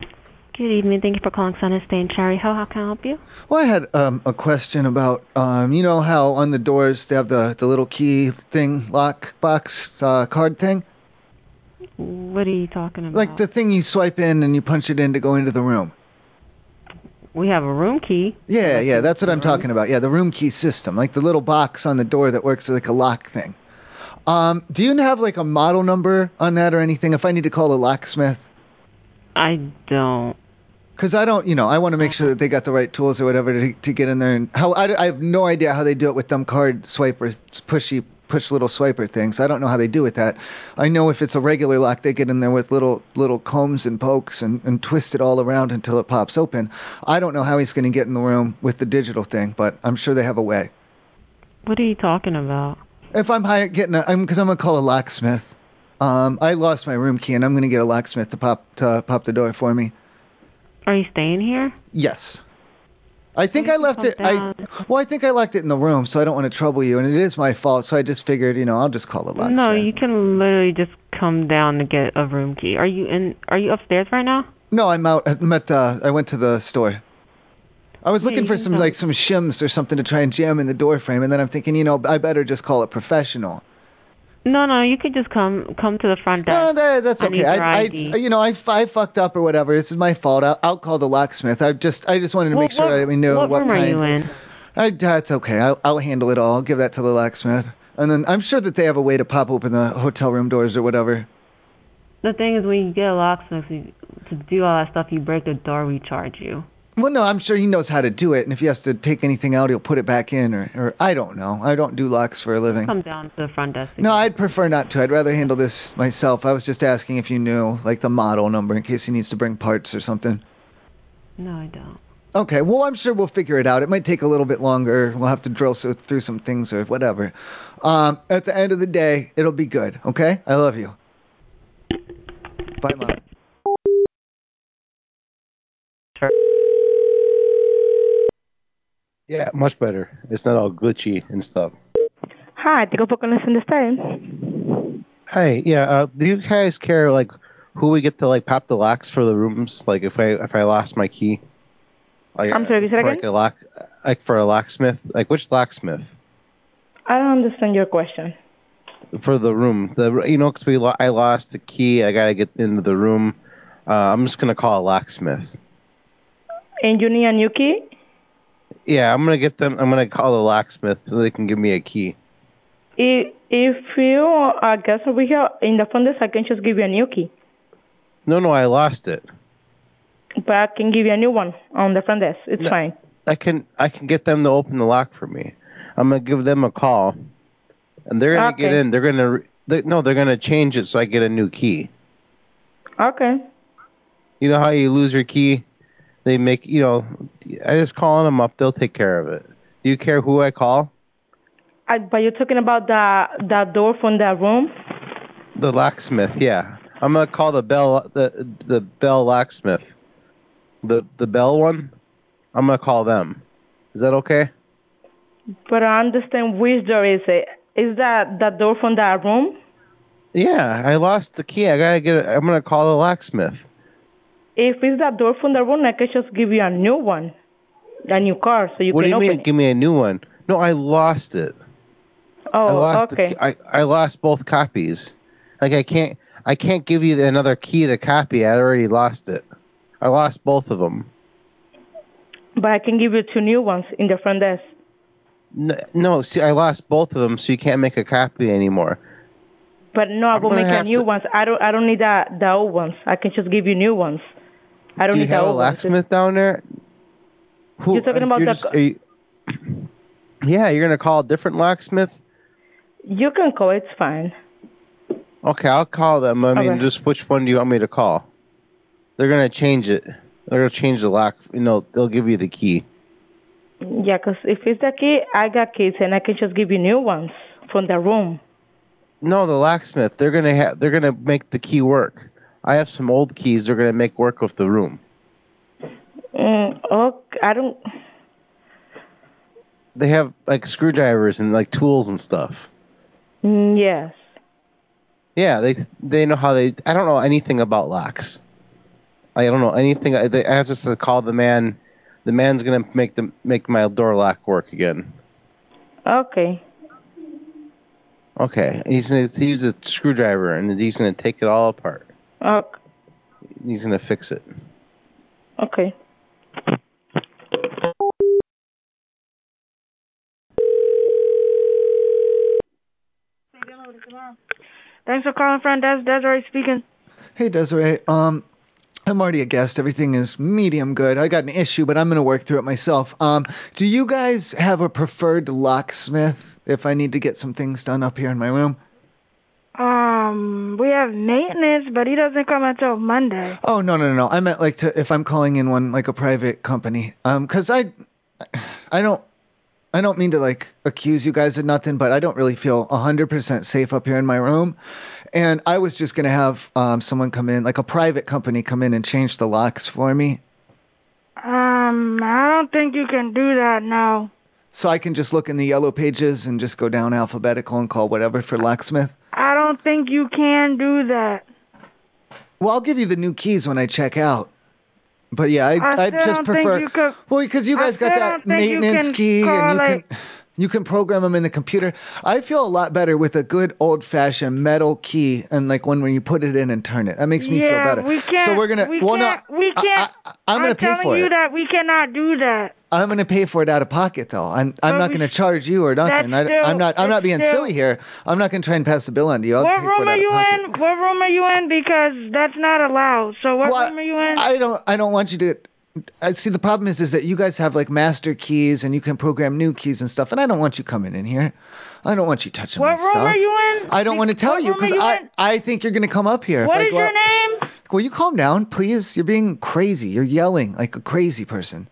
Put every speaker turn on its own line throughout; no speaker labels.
Good evening. Thank you for calling Sunnystate in Cherry Hill. How can I help you?
Well, I had um, a question about, um, you know how on the doors they have the, the little key thing, lock box, uh, card thing?
Mm-hmm. What are you talking about?
Like the thing you swipe in and you punch it in to go into the room.
we have a room key.
Yeah, yeah, that's what I'm talking about. Yeah, the room key system, like the little box on the door that works like a lock thing. Um, do you have like a model number on that or anything if I need to call a locksmith?
I don't.
Because I don't, you know, I want to make
Uh-huh.
sure that they got the right tools or whatever to, to get in there. And how I, I have no idea how they do it with them card swiper, pushy, push little swiper things. I don't know how they do with that. I know if it's a regular lock, they get in there with little little combs and pokes and, and twist it all around until it pops open. I don't know how he's going to get in the room with the digital thing, but I'm sure they have a way.
What are you talking about?
If I'm hiring, getting a, I'm because I'm gonna call a locksmith. Um, I lost my room key and I'm gonna get a locksmith to pop to pop the door for me.
Are you staying here?
Yes. I think I left it. I well, I think I left it in the room, so I don't want to trouble you, and it is my fault. So I just figured, you know, I'll just call a locksmith.
no, you can literally just come down to get a room key. Are you in? Are you upstairs right now?
No, I'm out. I'm at. Uh, I went to the store. I was
Yeah,
looking
you
for
can
some
come.
like some shims or something to try and jam in the door frame, and then I'm thinking, you know, I better just call it professional.
No, no, you can just come come to the front desk.
No, that, that's
I need
okay.
your
I, I,
ID.
you know, I, f- I fucked up or whatever. This is my fault. I'll, I'll call the locksmith. I just, I just wanted to
What-
make sure
what-
I knew
what
what
room are
kind.
you in?
I, that's okay. I'll, I'll handle it all. I'll give that to the locksmith, and then I'm sure that they have a way to pop open the hotel room doors or whatever.
The thing is, when you get a locksmith you, to do all that stuff, you break the door, we charge you.
Well, no, I'm sure he knows how to do it, and if he has to take anything out, he'll put it back in, or, or I don't know. I don't do locks for a living.
Come down to the front desk.
No, I'd prefer not to. I'd rather handle this myself. I was just asking if you knew, like, the model number in case he needs to bring parts or something.
No, I don't.
Okay, well, I'm sure we'll figure it out. It might take a little bit longer. We'll have to drill so, through some things or whatever. Um, at the end of the day, it'll be good, okay? I love you. Bye, Mom.
Yeah, much better. It's not all glitchy and stuff.
Hi, thank you for calling this time.
Hey, yeah. Uh, do you guys care like who we get to like pop the locks for the rooms? Like if I if I lost my key, like
I'm sorry,
uh,
you said
for,
again?
Like a lock, like for a locksmith. Like which locksmith
I don't understand your question.
for the room? The you know because we lo- I lost the key. I gotta get into the room. Uh, I'm just gonna call a locksmith.
And you need a new key?
Yeah, I'm gonna get them. I'm gonna call the locksmith so they can give me a key.
If, if you are a guest over here in the front desk, I can just give you a new key.
No, no, I lost it.
But I can give you a new one on the front desk. It's
No.
fine.
I can I can get them to open the lock for me. I'm gonna give them a call, and they're gonna get
Okay.
in. They're gonna re- they, no, they're gonna change it so I get a new key.
Okay.
You know how you lose your key, they make you know. I just calling them up. They'll take care of it. Do you care who I call?
I, but you're talking about the, the door from the room?
The locksmith. Yeah, I'm gonna call the bell the the bell locksmith, the the bell one. I'm gonna call them. Is that okay?
But I understand which door is it. Is that the door from the room?
Yeah, I lost the key. I gotta get. it. I'm gonna call the locksmith.
If it's the door from the room, I can just give you a new one. A new car, so you
what
can
do you
open
mean?
it.
Give me a new one. No, I lost it.
Oh,
I lost
okay.
The, I I lost both copies. Like I can't I can't give you another key to copy. I already lost it. I lost both of them.
But I can give you two new ones in the front desk.
No, no see, I lost both of them, so you can't make a copy anymore.
But no, I
I'm
will
gonna
make a
have
new
to-
ones. I don't. I don't need the the old ones. I can just give you new ones. I don't
Do you
need the
have a
old ones.
locksmith down there? Who, uh,
You're talking about the-
are you- yeah, you're gonna call a different locksmith.
You can call. It's fine.
Okay, I'll call them. I mean,
Okay.
just which one do you want me to call? They're gonna change it. They're gonna change the lock. You know, they'll give you the key.
Yeah, 'cause if it's the key, I got keys, and I can just give you new ones from the room.
No, the locksmith. They're gonna have. They're gonna make the key work. I have some old keys. They're gonna make work with the room.
Mm, oh, I don't.
They have like screwdrivers and like tools and stuff.
Mm, yes.
Yeah, they they know how they. I don't know anything about locks. I don't know anything. I, they- I have to call the man. The man's gonna make the make my door lock work again.
Okay.
Okay, he's gonna use a screwdriver and he's gonna take it all apart.
Ok-
He's gonna fix it.
Okay. Thanks for calling, friend. That's Desiree speaking.
Hey Desiree, um, I'm already a guest. Everything is medium good. I got an issue, but I'm gonna work through it myself. Um, do you guys have a preferred locksmith if I need to get some things done up here in my room?
Um, we have maintenance, but he doesn't come until Monday.
Oh no no no! no. I meant like to if I'm calling in one like a private company. Um, 'cause I, I don't, I don't mean to like accuse you guys of nothing, but I don't really feel 100% safe up here in my room. And I was just gonna have um someone come in like a private company come in and change the locks for me,
Um, I don't think you can do that now.
so I can just look in the yellow pages and just go down alphabetical and call whatever for locksmith.
I don't think you can do that.
Well, I'll give you the new keys when I check out. But yeah,
I
I I
still
just
don't think
prefer
you could-
well because you
I
guys got
still
that
don't think you
maintenance
can
key
call
and you
it-
can you can program them in the computer. I feel a lot better with a good old fashioned metal key and like one where you put it in and turn it. That makes me feel
yeah,
better.
we can't.
so we're gonna
We
well
can't.
no
we
I-
can't.
I, am gonna pay
telling
for
you
it.
that we cannot do that.
I'm gonna pay for it out of pocket though. I'm I'm
But
not
we
gonna charge you or
that's
nothing. I, I'm
still-
not I'm
that's
not being
still-
silly here. I'm not gonna try and pass the bill on to you. I'll
what
pay for
room
it
are
out of
you
pocket.
in? What room are you in? Because that's not allowed. So what
Well,
room are you in?
I don't I don't want you to I see the problem is is that you guys have like master keys and you can program new keys and stuff and I don't want you coming in here. I don't want you touching
what
my
room
stuff.
are you in?
I don't want to tell
what
you
room are
because
you
I,
in?
I think you're gonna come up here.
What
if
is
I go
your
out-
name?
Will you calm down, please? You're being crazy. You're yelling like a crazy person.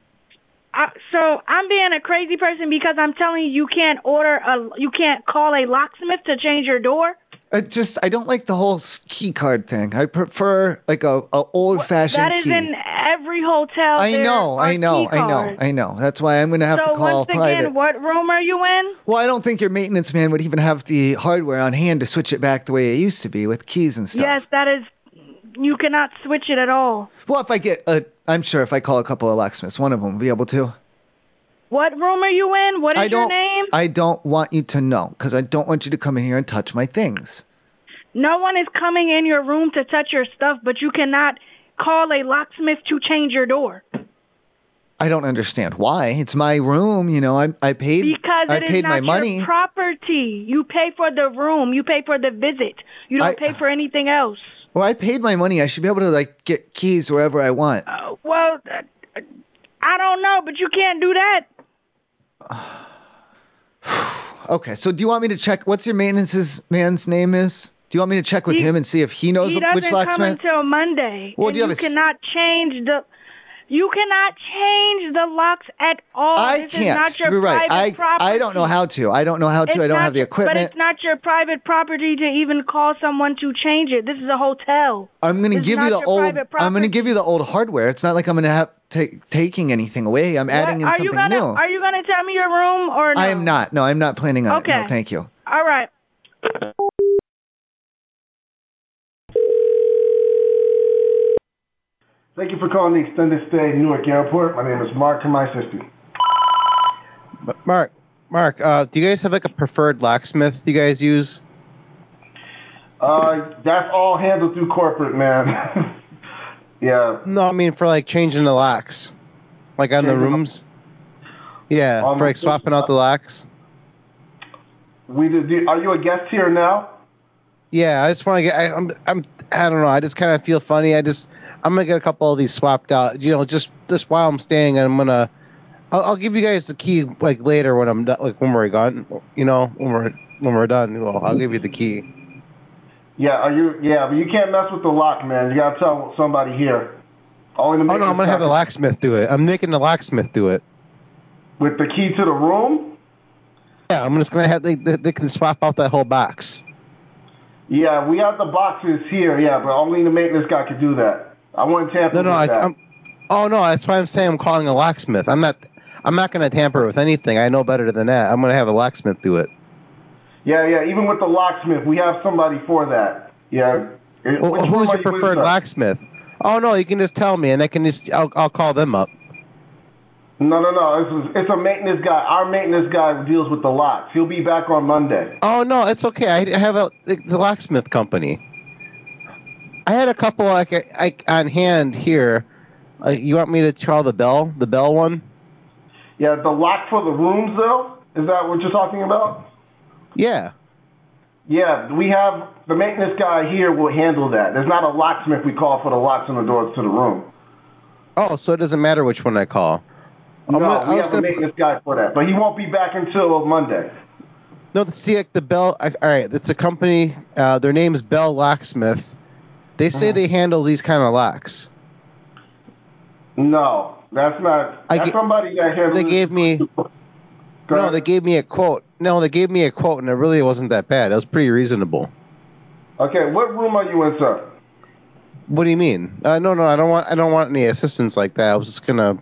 I, so I'm being a crazy person because I'm telling you you can't order a you can't call a locksmith to change your door.
I just I don't like the whole s- key card thing. I prefer like a, a old fashioned
That is
key.
in every hotel.
I
There
know,
are
I know,
key
I know,
cards.
I know. That's why I'm gonna have
so
to call
once again,
private.
what room are you in?
Well, I don't think your maintenance man would even have the hardware on hand to switch it back the way it used to be with keys and stuff.
Yes, that is. You cannot switch it at all.
Well, if I get a, I'm sure if I call a couple of locksmiths, one of them will be able to.
What room are you in? What is
I don't.
your name?
I don't want you to know because I don't want you to come in here and touch my things.
no one is coming in your room to touch your stuff, but you cannot call a locksmith to change your door
I don't understand why. It's my room, you know. I I paid.
because
I
it is
paid
not
my
your
money.
property. You pay for the room. You pay for the visit. You don't
I-
pay for anything else.
well, I paid my money. I should be able to like get keys wherever I want.
Uh, well, uh, I don't know, but you can't do that.
Okay. So do you want me to check? What's your maintenance man's name is? Do you want me to check with
He-
him and see if he knows
he
which
doesn't come
locksmith?
until Monday.
Well,
and
do you have a s-
cannot change the. You cannot change the locks at all.
I
this
can't.
Is not your
You're right.
private
I
property.
I don't know how to. I don't know how to.
It's
I don't
not
have the
your-
equipment.
But it's not your private property to even call someone to change it. This is a hotel.
I'm gonna
it's
give you
not
the
your
old.
private
I'm gonna
property.
give you the old hardware. It's not like I'm gonna have ta- taking anything away. I'm adding in
What- are
something
you gonna,
new.
Are you gonna tell me your room or no?
I am not. No, I'm not planning on it. No,
Okay.
thank you.
All right.
Thank you for calling the extended stay Newark Airport. My name is Mark, and my assistant.
But Mark, Mark, uh, do you guys have like a preferred locksmith you guys use?
Uh, that's all handled through corporate, man. yeah.
No, I mean for like changing the locks, like on the
Changing the-
rooms. Yeah,
On
for
the-
like swapping out the locks.
We do, do, are you a guest here now?
Yeah, I just want to get. I, I'm, I'm, I don't know. I just kind of feel funny. I just, I'm gonna get a couple of these swapped out. You know, just, just while I'm staying, I'm gonna, I'll, I'll give you guys the key like later when I'm done, like when we're gone. You know, when we're, when we're done, well, I'll give you the key.
Yeah. Are you? Yeah, but you can't mess with the lock, man. You gotta tell somebody here. Only the
Oh no, I'm gonna have the locksmith do it. I'm making the locksmith do it.
with the key to the room.
Yeah, I'm just gonna have they, they, they can swap out that whole box.
Yeah, we have the boxes here. Yeah, but only the maintenance guy could do that. I wouldn't tamper
No, no,
with
I,
that.
I'm. Oh no, that's why I'm saying I'm calling a locksmith. I'm not, I'm not gonna tamper with anything. I know better than that. I'm gonna have a locksmith do it.
Yeah, yeah. Even with the locksmith, we have somebody for that. Yeah. Which
Who-
one are
who's your
you with
preferred
now?
locksmith? Oh no, you can just tell me, and I can just I'll, I'll call them up.
No, no, no. This is it's a maintenance guy. Our maintenance guy deals with the locks. He'll be back on Monday.
Oh no, it's okay. I have a the locksmith company. I had a couple like I, I, on hand here. Uh, you want me to call the bell, the bell one?
Yeah, the lock for the rooms though. Is that what you're talking about?
Yeah.
Yeah, we have the maintenance guy here will handle that. There's not a locksmith we call for the locks on the doors to the room.
Oh, so it doesn't matter which one I call. I'm
No,
gonna- I
we
was
have a
gonna-
maintenance guy for that, but he won't be back until Monday.
No, the see like the Bell. I, all right, it's a company. Uh, their name is Bell Locksmith. They say they handle these kind of locks.
No, that's not.
I
That's
ge-
somebody that handles.
They gave me
Go
no.
ahead.
They gave me a quote. No, they gave me a quote, and it really wasn't that bad. It was pretty reasonable.
Okay, what room are you in, sir?
What do you mean? Uh, no, no, I don't want. I don't want any assistance like that. I was just gonna,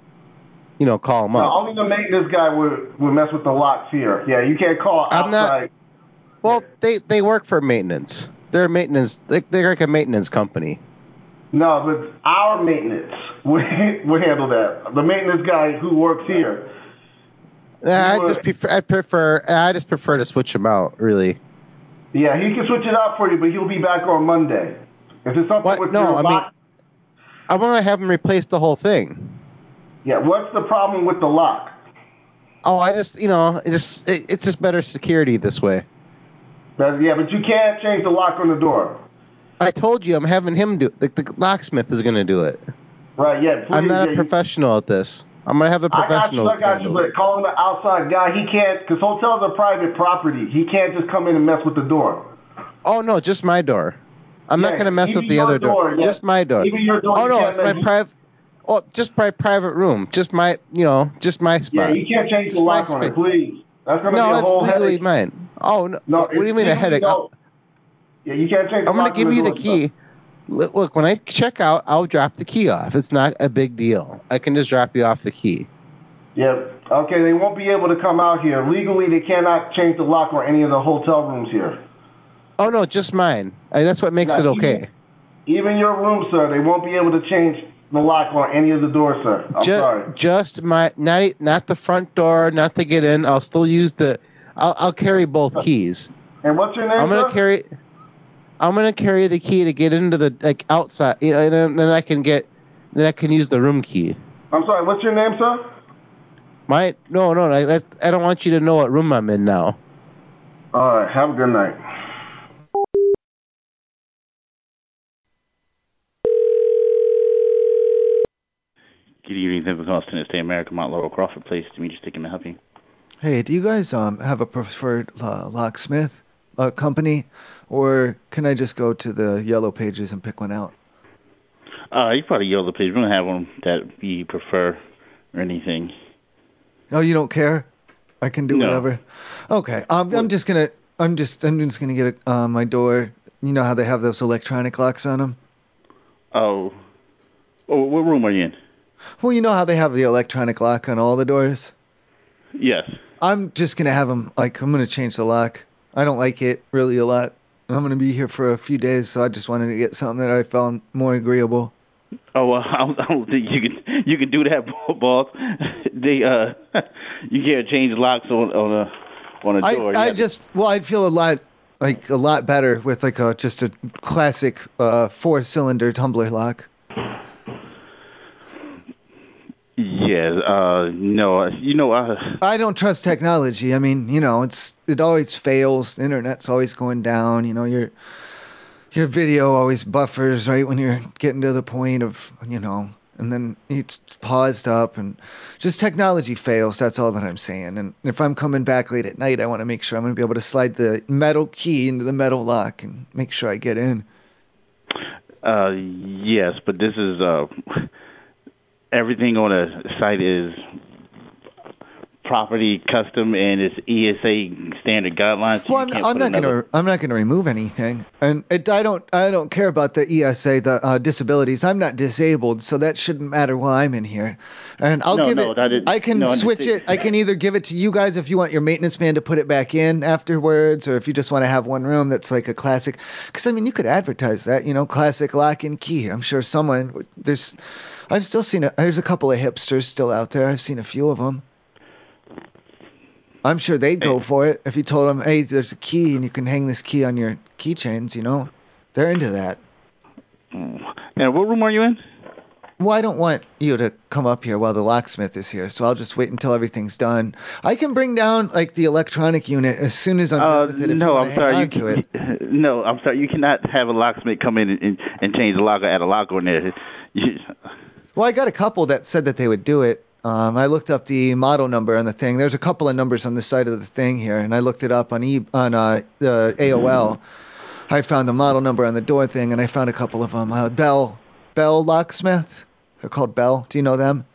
you know, call them
No,
up.
only the maintenance guy would would mess with the locks here. Yeah, you can't call
I'm not-
outside.
Well, they they work for maintenance. They're maintenance. They, they're like a maintenance company.
No, but our maintenance would would handle that. The maintenance guy who works here.
Yeah, Uh, I
Well-
just prefer. I prefer. I just prefer to switch them out. Really.
Yeah, he can switch it out for you, but he'll be back on Monday. If there's something
What?
with
No,
your
I mean-
lock,
I want to have them replace the whole thing.
yeah. What's the problem with the lock?
Oh, I just, you know, it's just, it, it's just better security this way.
That, yeah, but you can't change the lock on the door.
I told you, I'm having him do. The, the locksmith is gonna do it.
Right? Yeah. Please,
I'm not
yeah,
a
you-
professional at this. I'm gonna have a
I got you,
professional
I got you,
handle it.
but calling the outside guy, he can't, because hotels are private property. He can't just come in and mess with the door.
Oh no, just my door. I'm
Yeah,
not gonna mess
even
with the
your
other door.
door, yeah.
Just my door.
Even your door,
oh
you
no,
can't
it's my
make-
private. Oh, just my private room. Just my, you know, just my spot.
Yeah, you can't change the lock on it, please. That's gonna be
no,
a
it's
whole
legally
headache.
mine. Oh no,
No,
what do
it's
you mean a
legally
headache?
no. Yeah, you can't change.
I'm
the
gonna
lock on
give you the
door, sir.
key. Look, look, when I check out, I'll drop the key off. It's not a big deal. I can just drop you off the key.
Yeah. Okay, they won't be able to come out here. Legally, they cannot change the lock on any of the hotel rooms here.
Oh no, just mine. Uh, that's what makes
Nah,
it
you-
okay.
Even your room, sir, they won't be able to change the lock on any of the doors, sir. I'm
Ju-
sorry.
Just my not e- not the front door, not to get in. I'll still use the. I'll, I'll carry both keys.
And what's your name,
I'm gonna
sir?
carry. I'm gonna carry the key to get into the like outside. You know, and then- then I can get. Then I can use the room key.
I'm sorry. What's your name, sir?
My no no I, that's, I don't want you to know what room I'm in now.
All right. Have a good night.
Good evening, thank you for calling Tennessee State America, Mount Laurel Crawford Place. Demetrius speaking, may I help you?
Hey, do you guys um have a preferred uh, locksmith uh, company, or can I just go to the yellow pages and pick one out?
Uh, you probably yell the please. We don't have one that you prefer or anything.
No, you don't care. I can do
No.
whatever. Okay. Um, I'm just gonna. I'm just. I'm just gonna get uh, my door. You know how they have those electronic locks on them.
Oh, oh what room are you in?
Well, you know how they have the electronic lock on all the doors.
Yes.
I'm just gonna have them. Like I'm gonna change the lock. I don't like it really a lot. I'm gonna be here for a few days, so I just wanted to get something that I found more agreeable.
Oh, well, I don't, I don't think you can you can do that, boss. They uh, you can't change locks on on a on a
I,
door. You
I
have to-
just well I'd feel a lot like a lot better with like a just a classic uh, four cylinder tumbler lock.
yeah. Uh, no, you know I.
I don't trust technology. I mean, you know, it's it always fails. The internet's always going down. You know, your your video always buffers right when you're getting to the point of you know, and then it's paused up and just technology fails. That's all that I'm saying. And if I'm coming back late at night, I want to make sure I'm gonna be able to slide the metal key into the metal lock and make sure I get in.
Uh, yes, but this is uh, everything on a site is property custom and it's ESA standard guidelines. so
Well,
you
I'm,
can't
I'm
put
not
another-
gonna I'm not gonna remove anything, and it, I don't I don't care about the ESA the uh, disabilities. I'm not disabled, so that shouldn't matter while I'm in here. And I'll
No,
give
no,
it.
that is-
I can
no, I
switch it.
understand.
I can either give it to you guys if you want your maintenance man to put it back in afterwards, or if you just want to have one room that's like a classic. Because I mean, you could advertise that, you know, classic lock and key. I'm sure someone there's. I've still seen a, there's a couple of hipsters still out there. I've seen a few of them. I'm sure they'd go for it if you told them, "Hey, there's a key and you can hang this key on your keychains." You know, they're into that.
Now, Mm. what room are you in?
Well, I don't want you to come up here while the locksmith is here, so I'll just wait until everything's done. I can bring down like the electronic unit as soon as I'm
Uh,
done with it. If you
no,
wanna
I'm
hang
sorry. You
on to it.
can, no, I'm sorry. You cannot have a locksmith come in and, and change the locker at a locker in there. You,
Well, I got a couple that said that they would do it. Um, I looked up the model number on the thing. There's a couple of numbers on the side of the thing here, and I looked it up on e- on uh, the AOL.
Mm-hmm.
I found the model number on the door thing, and I found a couple of them. Uh, Bell Bell Locksmith. They're called Bell. Do you know them?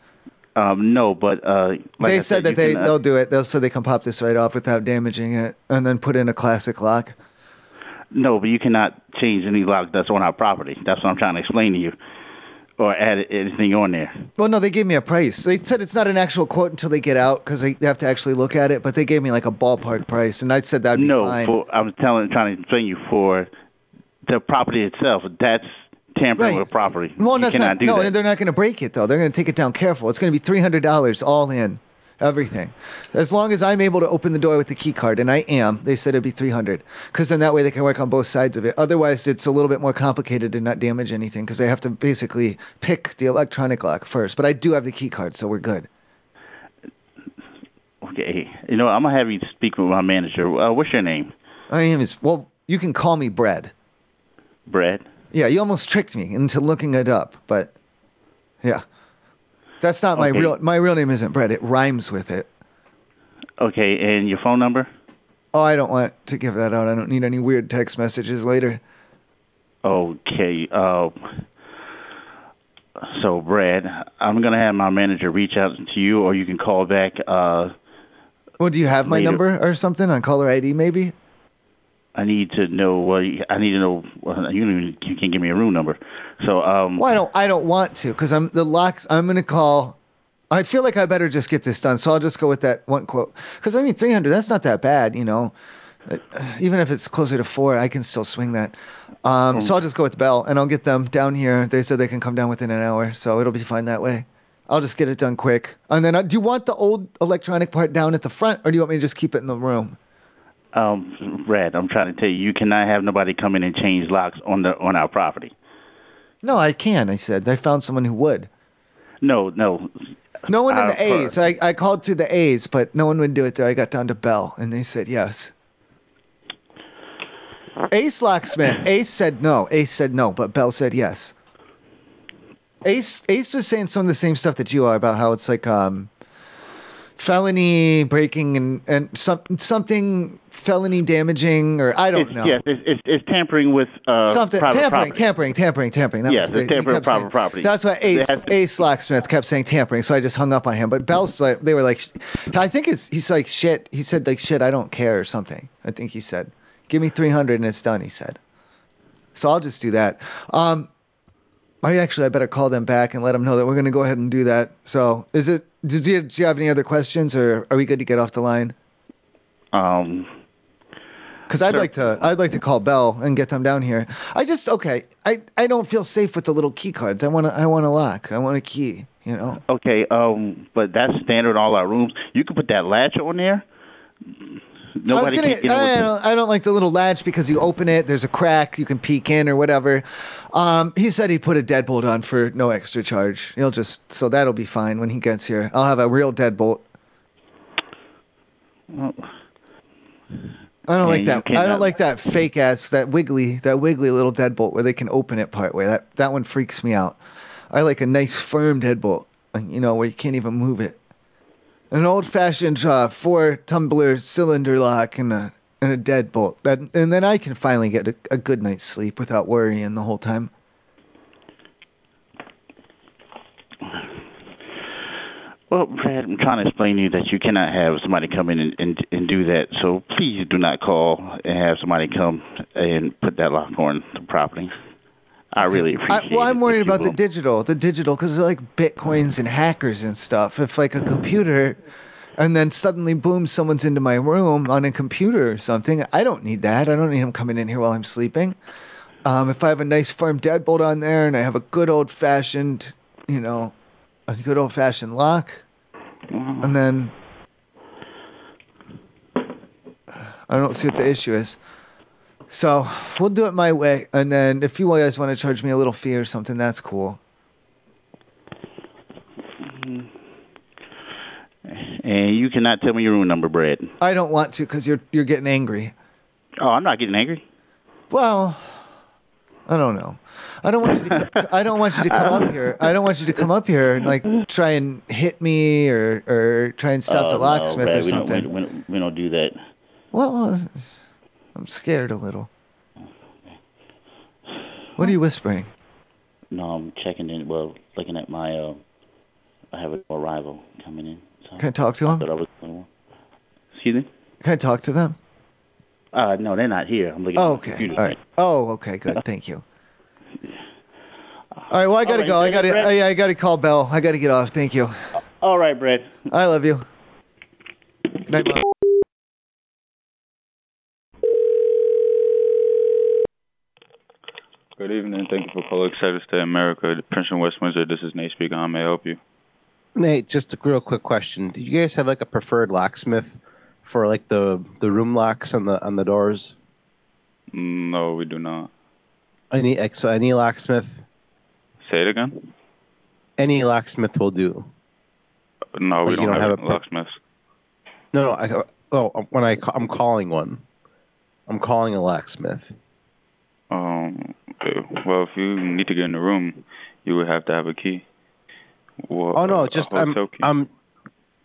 um, no, but uh, like
they
I
said,
said,
that
you
they
can, uh,
they'll do it. They'll so they can pop this right off without damaging it, and then put in a classic lock.
No, but you cannot change any lock that's on our property. That's what I'm trying to explain to you, or add anything on there.
Well, no, they gave me a price. They said it's not an actual quote until they get out because they have to actually look at it. But they gave me like a ballpark price, and I said that'd be
no,
fine.
for I'm telling, trying to explain you for the property itself. That's tampering
Right.
with property.
Well,
you
that's
cannot
not.
do
no,
that.
they're not going to break it though. They're going to take it down careful. It's going to be three hundred dollars all in, everything. As long as I'm able to open the door with the key card, and I am, they said it'd be three hundred. Because then that way they can work on both sides of it. Otherwise, it's a little bit more complicated to not damage anything because they have to basically pick the electronic lock first. But I do have the key card, so we're good.
Okay, you know what, I'm gonna have you speak with my manager. Uh, what's your name,
My name is well. You can call me Brad.
Brad?
Yeah, you almost tricked me into looking it up, but yeah, that's not my
Okay.
real. My real name isn't Brad. It rhymes with it.
Okay, and your phone number?
Oh, I don't want to give that out. I don't need any weird text messages later.
Okay. Uh, so, Brad, I'm going to have my manager reach out to you, or you can call back. Uh,
Well, do you have my
Later.
number or something on caller ID maybe?
I need to know what I need to know. Well, you, don't even, you can't give me a room number. So, um,
Well, I don't. I don't want to because I'm the locks. I'm gonna call. I feel like I better just get this done, so I'll just go with that one quote. Because I mean, 300. That's not that bad, you know. Uh, Even if it's closer to four, I can still swing that. Um, so I'll just go with Bell, and I'll get them down here. They said they can come down within an hour, so it'll be fine that way. I'll just get it done quick. And then, uh, do you want the old electronic part down at the front, or do you want me to just keep it in the room?
um, Brad, I'm trying to tell you, you cannot have nobody come in and change locks on the on our property.
No, I can. I said I found someone who would.
No, no.
No one in
I've
the A's. I, I called to the A's, but no one would do it there. I got down to Bell, and they said yes. Ace locksmith. Ace said no. Ace said no, but Bell said yes. Ace Ace was saying some of the same stuff that you are about how it's like um felony breaking and and some, something felony damaging or I don't
It's,
know
Yes, it's, it's, it's tampering with uh,
something
private
tampering,
property.
tampering, tampering, tampering. That
Yeah,
was
the
he
tampering
kept
private
saying-
property.
That's why
They have
Ace
to- Mm-hmm.
Ace Locksmith kept saying tampering, so I just hung up on him. But Bell's like, they were like, sh- I think it's he's like shit. He said like shit, I don't care or something. I think he said, give me 300 and it's done. He said, so I'll just do that. Um, I actually I better call them back and let them know that we're gonna go ahead and do that. So is it? Did you, do you have any other questions or are we good to get off the line?
um,
Because I'd
Sure.
like to, I'd like to call Bell and get them down here. I just, okay, I, I don't feel safe with the little key cards. I want to, I want a lock. I want a key. You know.
Okay, um, but that's standard in all our rooms. You can put that latch on there. Nobody
I was
can get
gonna, I,
in with it.
don't, I don't like the little latch because you open it, there's a crack, you can peek in or whatever. Um, he said he put a deadbolt on for no extra charge. He'll just, so that'll be fine when he gets here. I'll have a real deadbolt.
Well,
I don't
Yeah,
like
you
that. I
cannot-
don't like that fake ass, that wiggly, that wiggly little deadbolt where they can open it part way. That that one freaks me out. I like a nice firm deadbolt, like, you know, where you can't even move it. An old fashioned uh, four tumbler cylinder lock and a and a deadbolt. That and then I can finally get a, a good night's sleep without worrying the whole time.
Well, Brad, I'm trying to explain to you that you cannot have somebody come in and, and and do that. So please do not call and have somebody come and put that lock on the property. I really appreciate.
I, well, I'm
it
worried
if you
about the
will.
digital, the digital, because like bitcoins and hackers and stuff. If like a computer, and then suddenly boom, someone's into my room on a computer or something. I don't need that. I don't need them coming in here while I'm sleeping. Um, if I have a nice firm deadbolt on there and I have a good old fashioned, you know, a good old fashioned lock, and then I don't see what the issue is. So we'll do it my way, and then if you guys want to charge me a little fee or something, that's cool.
And you cannot tell me your room number, Brad.
I don't want to because you're you're getting angry.
Oh, I'm not getting angry.
Well, I don't know. I don't want you to. co- I don't want you to come up here. I don't want you to come up here and like try and hit me or or try and stop
Oh,
the
no, Brad,
locksmith or
we don't- we
something.
don't- we, don't, we don't do that.
Well, I'm scared a little. What are you whispering?
No, I'm checking in. Well, looking at my. Uh, I have a new arrival coming in. So
Can I talk to
I
them?
thought I was the only one. Excuse me.
Can I talk to them?
Uh, no, they're not here. I'm looking.
Oh,
at the
okay.
computer.
All right. Oh, okay. Good. Thank you. All right. Well, I gotta
All right,
go. I gotta.
Brett.
I, I gotta call Bell. I gotta get off. Thank you.
All right, Brad.
I love you. Good night, Mom.
Good evening. Thank you for calling Excited State America, the Prince of West Windsor. This is Nate speaking. How may I help you?
Nate, just a real quick question. Do you guys have like a preferred locksmith for like the the room locks on the on the doors?
No, we do not.
Any like, so any locksmith,
Say it again.
any locksmith will do.
No,
But
we
Oh, you don't have a per-
locksmiths.
No, no. I, oh, when I ca- I'm calling one, I'm calling a locksmith.
Um, eh, well, if you need to get in the room, you would have to have a key. Well, uh,
Oh no,
a
just I'm
hotel key.
I'm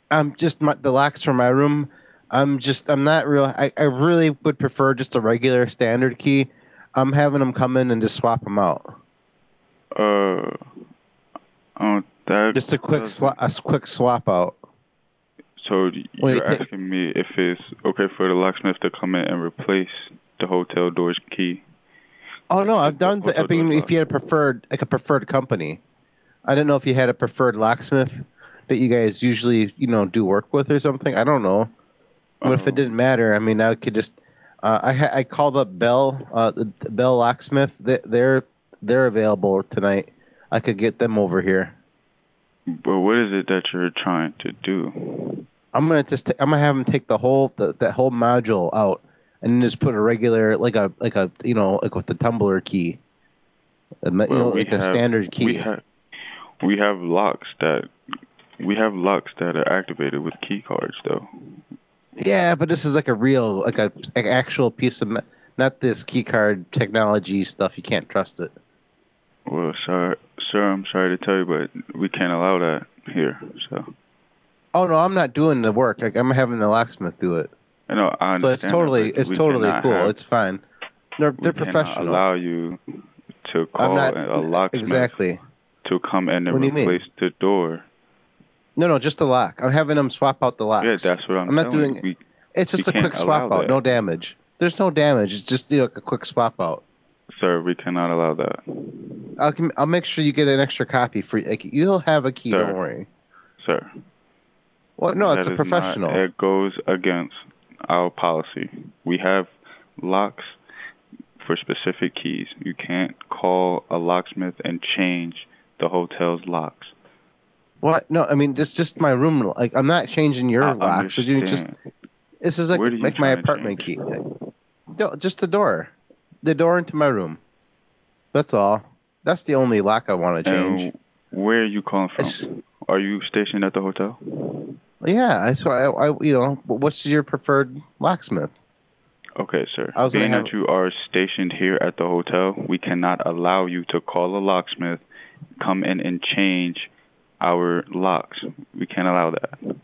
I'm just my, the locks for my room. I'm just I'm not real. I, I really would prefer just a regular standard key. I'm having them come in and just swap them out.
Uh, oh, that
Just a quick
doesn't-
swa- a s- quick swap out.
So
Well, you
you're
take-
asking me if it's okay for the locksmith to come in and replace the hotel door's key?
Oh no,
Like,
I've
the
done. The, I
hotel
mean,
door's
if you had a preferred like a preferred company, I didn't know if you had a preferred locksmith that you guys usually you know do work with or something. I don't know. But if
Uh-huh.
it didn't matter, I mean, I could just. Uh, I ha- I called up Bell, uh, the the Bell Locksmith. They- They're they're available tonight. I could get them over here.
But what is it that you're trying to do?
I'm gonna just i am I'm gonna have them take the whole the, that whole module out and just put a regular like a like a you know like with the tumbler key, A me- you
Well,
know,
we
like a
have-
standard key.
We have we have locks that we have locks that are activated with key cards though.
Yeah, but this is like a real, like a like actual piece of, me- not this key card technology stuff. You can't trust it.
Well, sir, sir, I'm sorry to tell you, but we can't allow that here. So,
Oh no, I'm not doing the work. Like, I'm having the locksmith do it.
I know I understand.
So it's
that,
totally,
but
it's
we
totally
cannot
cool.
have-
it's fine. They're
we
they're
cannot
professional.
Allow you to call
I'm not
a locksmith
exactly.
to come in and
What do you mean?
replace the door.
No, no, just the lock. I'm having them swap out the locks.
Yeah, that's what I'm,
I'm not
telling
doing
you.
it.
We-
it's just
you
a quick
can't
swap
allow
out.
that.
No damage. There's no damage. It's just you know, like a quick swap out.
sir, we cannot allow that,
I'll com- I'll make sure you get an extra copy for like you'll have a key.
Sir.
Don't worry.
sir.
Well, Oh, no, it's
That
a
is not-
professional.
it goes against our policy. We have locks for specific keys. You can't call a locksmith and change the hotel's locks.
What? No, I mean this just my room. Like I'm not changing your
I
locks. So you just
understand.
this is like
Where do you
like my
try to
apartment key.
change?
No, just the door, the door into my room. That's all. That's the only lock I want to
And
change.
where are you calling from?
It's-
Are you stationed at the hotel?
yeah, I so I, I you know but what's your preferred locksmith?
Okay, sir.
I was gonna
Being
have-
that you are stationed here at the hotel, we cannot allow you to call a locksmith, come in and change our locks. We can't allow that.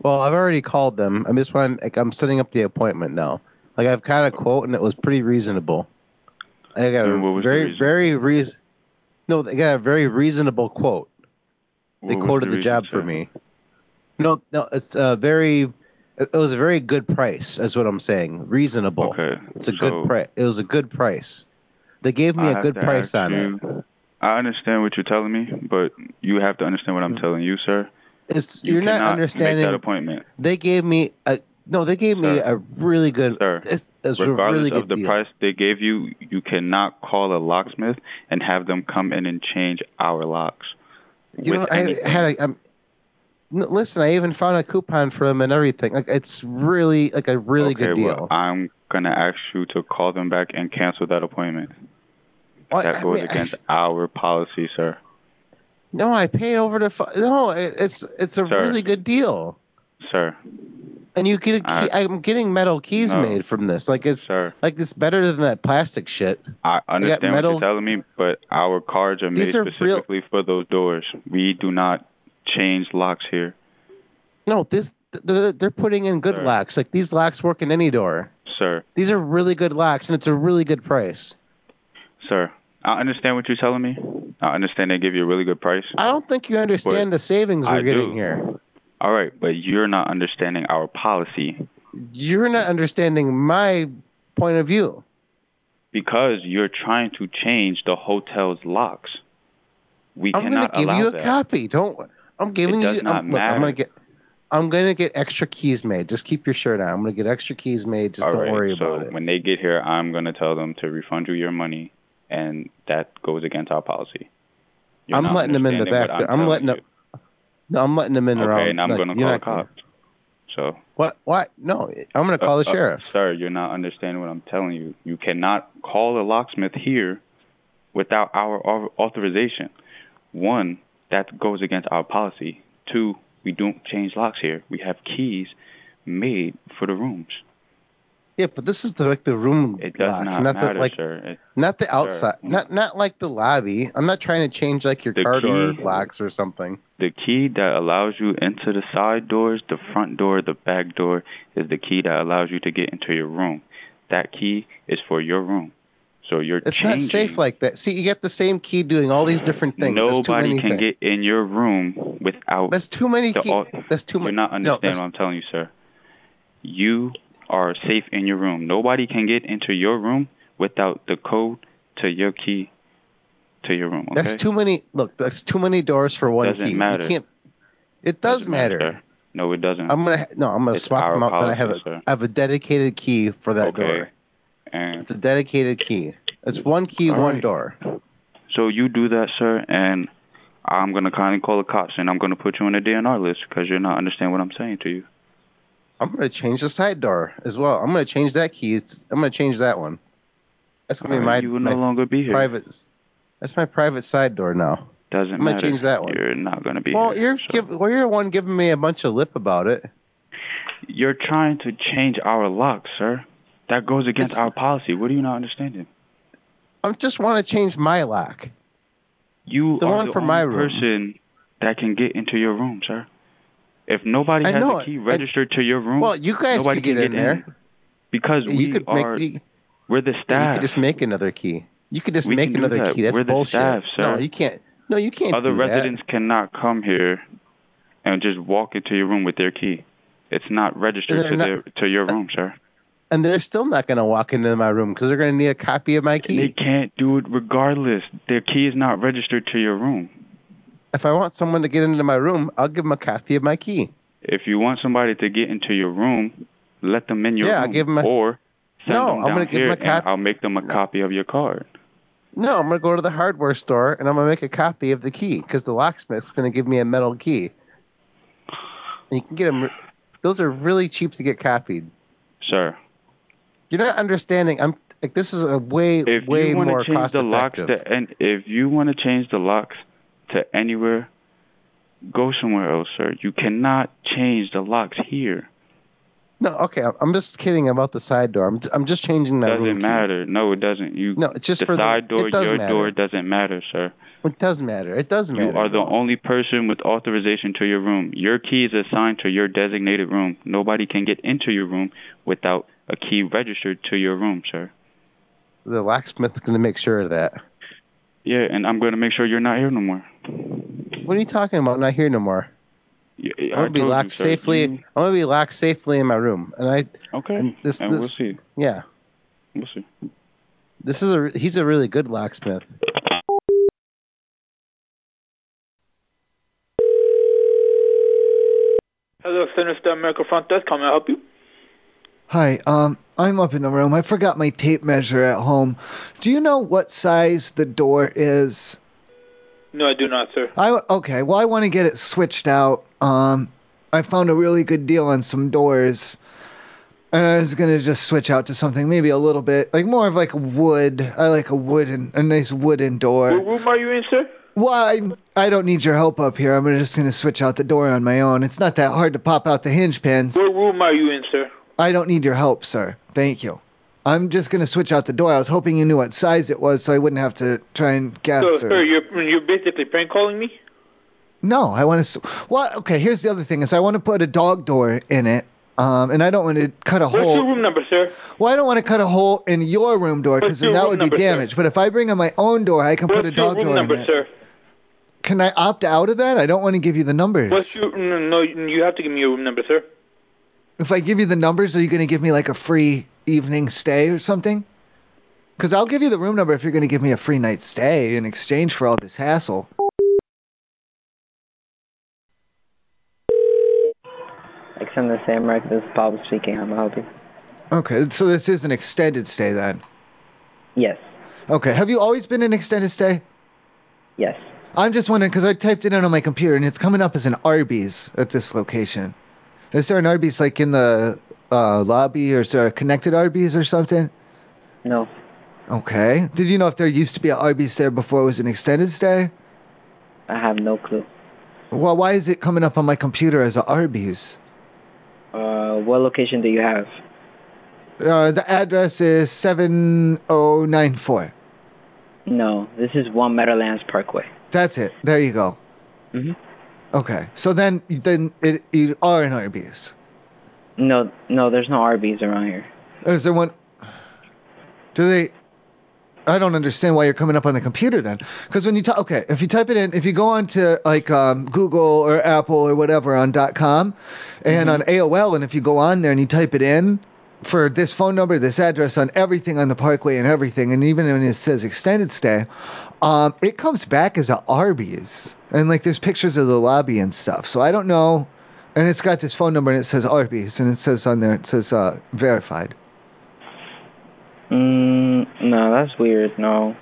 Well, I've already called them. I'm just want like I'm setting up the appointment now. Like I've got a quote and it was pretty reasonable. I got
Oh. And what
a
was the
very
reason?
very reason. No, they got a very reasonable quote. They
What was
quoted the,
reason,
job
sir?
for me. No, no, it's a very. It was a very good price, is what I'm saying. Reasonable.
Okay,
It's a
so-
good price. It was a good price. They gave me
I
a
have
good
to
price
ask
on it.
you- I understand what you're telling me, but you have to understand what I'm telling you, sir.
Mm-hmm. It's
You
you're not
cannot
understanding.
Make that appointment,
they gave me a no. They gave me
Sir.
a really good.
sir.
It, it was a
Regardless
really good
of the
deal.
price they gave you, you cannot call a locksmith and have them come in and change our locks.
You know,
with
I
anything.
had a. Um, n- listen, I even found a coupon for them and everything. Like it's really like a really
okay,
good deal.
Well, I'm gonna ask you to call them back and cancel that appointment.
Well,
that
I
goes
mean, I-
against our policy, sir.
no, I paid over the. Fu- no, it, it's it's a
Sir.
really good deal.
Sir,
And you get a
I-
key, I'm getting metal keys
No.
made from this. Like it's
sir.
like it's better than that plastic shit.
I understand what
metal-
you're telling me, but our cards are made
These are real-
specifically for those doors. We do not change locks here,
No, this th- th- they're putting in good
Sir.
locks. Like these locks work in any door.
sir.
These are really good locks, and it's a really good price.
Sir, I understand what you're telling me. I understand they give you a really good price.
I don't think you understand the savings we're
I
getting
do.
here.
All right, but you're not understanding our policy
You're not understanding my point of view.
because you're trying to change the hotel's locks. We
I'm gonna
cannot
give
allow
you a
that.
copy. Don't. I'm giving
does
you.
not
I'm, look, I'm gonna
matter.
get. I'm gonna get extra keys made. Just keep your shirt on. I'm gonna get extra keys made. Just
All
don't
right,
worry
so
about it.
when they get here, I'm going to tell them to refund you your money, and that goes against our policy. You're
I'm
not
letting them in the
understanding what
back there. I'm
telling
letting
you.
them- No, I'm letting them in. around.
Okay, and I'm
Like,
going to
you're
call a
not gonna-
cop. So
What? What? No, I'm gonna call the
Uh, uh,
sheriff.
Sir, you're not understanding what I'm telling you. You cannot call a locksmith here without our au- authorization. One, that goes against our policy. Two, we don't change locks here. We have keys made for the rooms.
Yeah, but this is the like the room
It does
lock,
not,
not
matter,
the like
sir. It-
not the outside,
Sure.
not not like the lobby. I'm not trying to change like your
The
card or
key-
locks or something.
the key that allows you into the side doors, the front door, the back door is the key that allows you to get into your room. That key is for your room. So you're
It's
changing
not safe like that. See, you get the same key doing all these different things. that's too
Nobody
many
can
things.
get in your room without.
That's too many
the
keys.
au-
that's too
You're
much.
not
no,
understanding
that's-
what I'm telling you, sir. You are safe in your room. Nobody can get into your room without the code to your key to your room. Okay?
That's too many. Look, that's too many doors for one
Doesn't
key.
matter.
You can't. It does matter.
sir. No, it doesn't.
I'm gonna ha- no. I'm gonna
It's
swap
our
them out. Then I
policy,
have a I
sir.
have a dedicated key for that
okay.
door.
And
It's a dedicated key. It's one key,
All
one
right.
door.
so you do that, sir, and I'm gonna kindly call the cops and I'm gonna put you on the DNR list because you're not understanding what I'm saying to you.
I'm gonna change the side door as well. I'm gonna change that key. It's, I'm gonna change that one. That's gonna be my,
you will
my
no longer be here.
private. That's my private side door now.
Doesn't
I'm gonna
matter.
change that one.
You're not gonna be
Well,
here.
you're
so-
giv well, you're the one giving me a bunch of lip about it.
You're trying to change our locks, sir. That goes against
It's-
our policy. What are you not understanding?
I just want to change my lock.
You
The
are
one
the
for
only
my room.
person that can get into your room, sir. If nobody
I
has
know
a key
it. I-
registered to your room,
Well, you guys
nobody
could get,
can
in there.
because we
you could
are
make you,
we're the
you
staff.
could just make another key. You could just
We
make
can do
another
that.
key. That's
We're the
bullshit.
staff,
No,
sir.
you can't. No, you can't.
Other
do
residents cannot come here and just walk into your room with their key. It's not registered
They're
to
not-
their to your room, sir.
that. and they're still not gonna walk into my room because they're gonna need a copy of my
They
key.
can't do it regardless. Their key is not registered to your room.
If I want someone to get into my room, I'll give them a copy of my key.
If you want somebody to get into your room, let them in your
Yeah, I'll
room.
give 'em a-
or send
No,
them
I'm
down
gonna give 'em
here
a
and
cop-
I'll make them a copy of your card.
No, I'm gonna go to the hardware store and I'm gonna make a copy of the key because the locksmith's gonna give me a metal key. And you can get them. Those are really cheap to get copied.
Sir,
You're not understanding. I'm like this is a way
if
way
you want
more
to change
cost
the locks
effective.
to and if you want to change the locks to anywhere, go somewhere else, sir. You cannot change the locks here.
No, okay, I'm- I'm just kidding about the side door. I'm I'm just changing my room
doesn't
key.
matter. No, it doesn't. You
No, it's just
the
for the-
side door,
it does
your
matter.
door doesn't matter, sir.
It does matter. It does matter.
You are the only person with authorization to your room. Your key is assigned to your designated room. Nobody can get into your room without a key registered to your room, sir.
the locksmith's gonna make sure of that.
Yeah, and I'm going to make sure you're not here no more.
What are you talking about? I'm not here no more.
You-
I'm gonna
I
be
told you,
locked
sir,
safely.
you-
I'm gonna be locked safely in my room, and I
okay,
and this,
and we'll
this-
see.
yeah,
We'll see.
this is a he's a really good locksmith.
Hello, Center Star America Front Desk. How may I help you?
Hi, um, I'm up in the room. I forgot my tape measure at home. Do you know what size the door is?
No, I do not, sir.
I okay. Well, I want to get it switched out. Um, I found a really good deal on some doors, and I was gonna just switch out to something maybe a little bit like more of like wood. I like a wooden, a nice wooden
What
door.
room are you in, sir?
Well, I, I don't need your help up here. I'm just gonna switch out the door on my own. It's not that hard to pop out the hinge pins.
What room are you in, sir?
I don't need your help, sir. Thank you. I'm just gonna switch out the door. I was hoping you knew what size it was, so I wouldn't have to try and guess.
so,
or...
sir, you're you're basically prank calling me.
No, I want to. Well, okay. Here's the other thing: is I want to put a dog door in it, um, and I don't want to cut a
What's your
hole.
room number, sir?
Well, Oh. I don't want to cut a hole in your room door because
What's your
then that
room
would be
number, sir?
damaged. But if I bring in my own door, I can
What's
put a
your
dog
room
door
number,
in it.
sir?
Can I opt out of that? I don't want to give you the numbers.
What's your no, no? You have to give me your room number, sir.
If I give you the numbers, are you going to give me like a free evening stay or something? Because I'll give you the room number if you're going to give me a free night stay in exchange for all this hassle.
Extend the same right. This is Bob speaking. How may I help you?
Okay, so this is an extended stay then.
Yes.
Okay, have you always been an extended stay?
Yes.
I'm just wondering because I typed it in on my computer and it's coming up as an Arby's at this location. Is there an Arby's like in the uh, lobby or is there a connected Arby's or something?
No.
Okay. Did you know if there used to be an Arby's there before it was an extended stay?
I have no clue.
Well, why is it coming up on my computer as an Arby's?
Uh, what location do you have?
Uh, the address is 7094.
No. This is One Meadowlands Parkway.
That's it. There you go.
Mhm.
Okay. So then, then it, you are an Arby's.
No, no. There's no Arby's around here.
Is there one? Do they? I don't understand why you're coming up on the computer then. Because when you type, okay, if you type it in, if you go on to like um, Google or Apple or whatever on .com and on AOL, and if you go on there and you type it in for this phone number, this address on everything on the Parkway and everything, and even when it says extended stay, um, it comes back as a Arby's, and like there's pictures of the lobby and stuff. So I don't know, and it's got this phone number and it says Arby's, and it says on there it says uh, verified.
Mm, no. That's weird. No.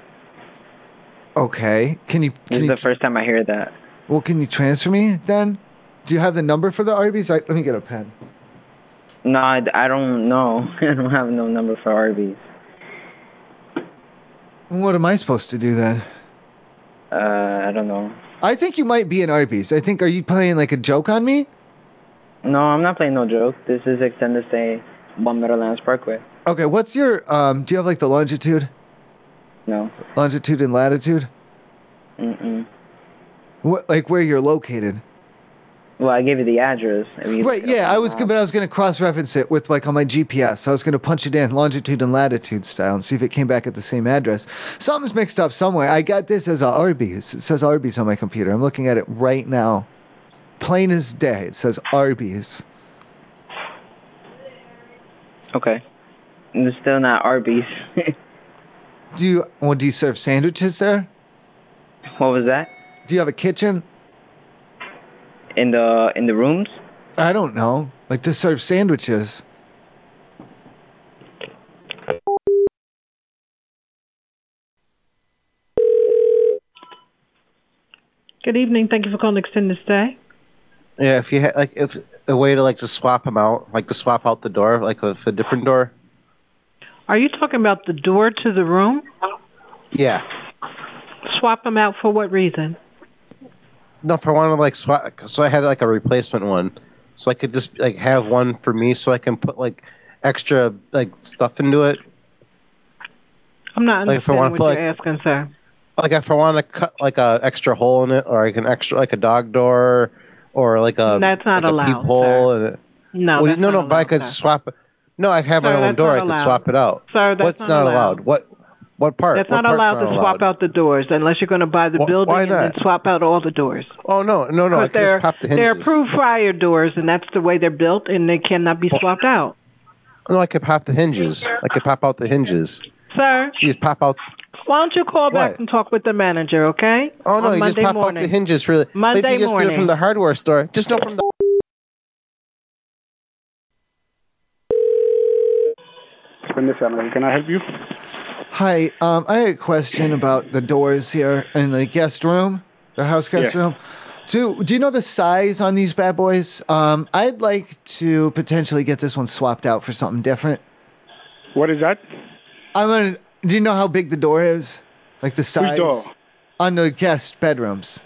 Okay. Can you
This
can
is
you,
the first time I hear that.
well can you transfer me then? Do you have the number for the Arby's? I, let me get a pen.
No, I, I don't know. I don't have no number for Arby's.
What am I supposed to do then?
Uh, I don't know.
I think you might be an Arby's. I think are you playing like a joke on me?
No, I'm not playing no joke. This is extended stay, One Meadowlands Parkway.
Okay. What's your um? Do you have like the longitude,
No.
longitude and latitude?
Mm-mm.
What like where you're located?
Well, I gave you the address. If you Uh,
Right.
look it
Yeah.
up
I
on
was
the
but I was gonna cross reference it with like on my GPS. I was gonna punch it in longitude and latitude style and see if it came back at the same address. Something's mixed up somewhere. I got this as a Arby's. It says Arby's on my computer. I'm looking at it right now. Plain as day. It says Arby's.
app. Okay. It's still not Arby's.
Do you well, do you serve sandwiches there?
what was that?
Do you have a kitchen?
In the in the rooms?
I don't know. Like to serve sandwiches.
Good evening. Thank you for calling Extended Stay.
Yeah, if you had like if a way to like to swap them out, like to swap out the door, like with a different door.
Are you talking about the door to the room?
Yeah.
Swap them out for what reason?
No, if I wanted like swap, so I had like a replacement one, so I could just like have one for me, so I can put like extra like stuff into it.
I'm not
Like, if
understanding
I wanna
what
put, like-
you're asking, sir.
Like if I want to cut like a extra hole in it, or like an extra like a dog door, or like a
That's not
like
allowed,
a peephole. And
No,
Well,
that's
no,
not
no, but I could
allowed, sir.
swap. it. No, I have
Sir,
my own
that's
door.
not
I could
allowed.
swap it out.
Sir, that's
What's
not
not allowed?
allowed.
What? What part?
That's
What
not
part's
allowed to swap out the doors unless you're going to buy the
Wh-
building
why
and then
not?
swap out all the doors.
Oh no, no, no! I
Because
can just
they're
pop the
they're
hinges.
approved fire doors, and that's the way they're built, and they cannot be swapped out.
no, I could pop the hinges. I could pop out the hinges.
Sir,
You just pop out.
why don't you call back
What?
and talk with the manager, okay?
Oh no,
On
you
Monday
just pop
morning.
out the hinges for the.
Monday
but if you just do
morning.
it from the hardware store. Just know from the.
Can I help you?
Hi, um, I had a question about the doors here in the guest room, the house guest
Yeah.
room. Do Do you know the size on these bad boys? Um, I'd like to potentially get this one swapped out for something different.
What is that?
I'm gonna. Do you know how big the door is? Like the size
door?
on the guest bedrooms.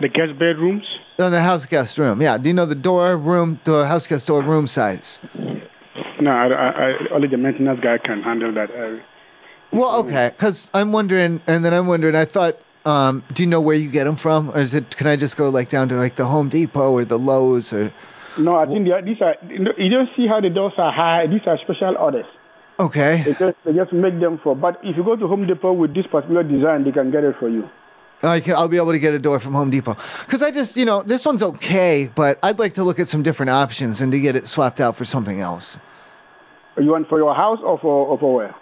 The guest bedrooms.
On the house guest room, yeah. Do you know the door room, the house guest door room size?
No, I, I, I, only the maintenance guy can handle that. Uh,
Well, okay, because I'm wondering, and then I'm wondering. I thought, um, do you know where you get them from, or is it? Can I just go like down to like the Home Depot or the Lowe's or?
no, I think they are, these are. You don't see how the doors are high. These are special orders.
Okay.
They just, they just make them for. But if you go to Home Depot with this particular design, they can get it for you.
I can, I'll be able to get a door from Home Depot. Because I just, you know, this one's okay, but I'd like to look at some different options and to get it swapped out for something else.
You want for your house or for or for where?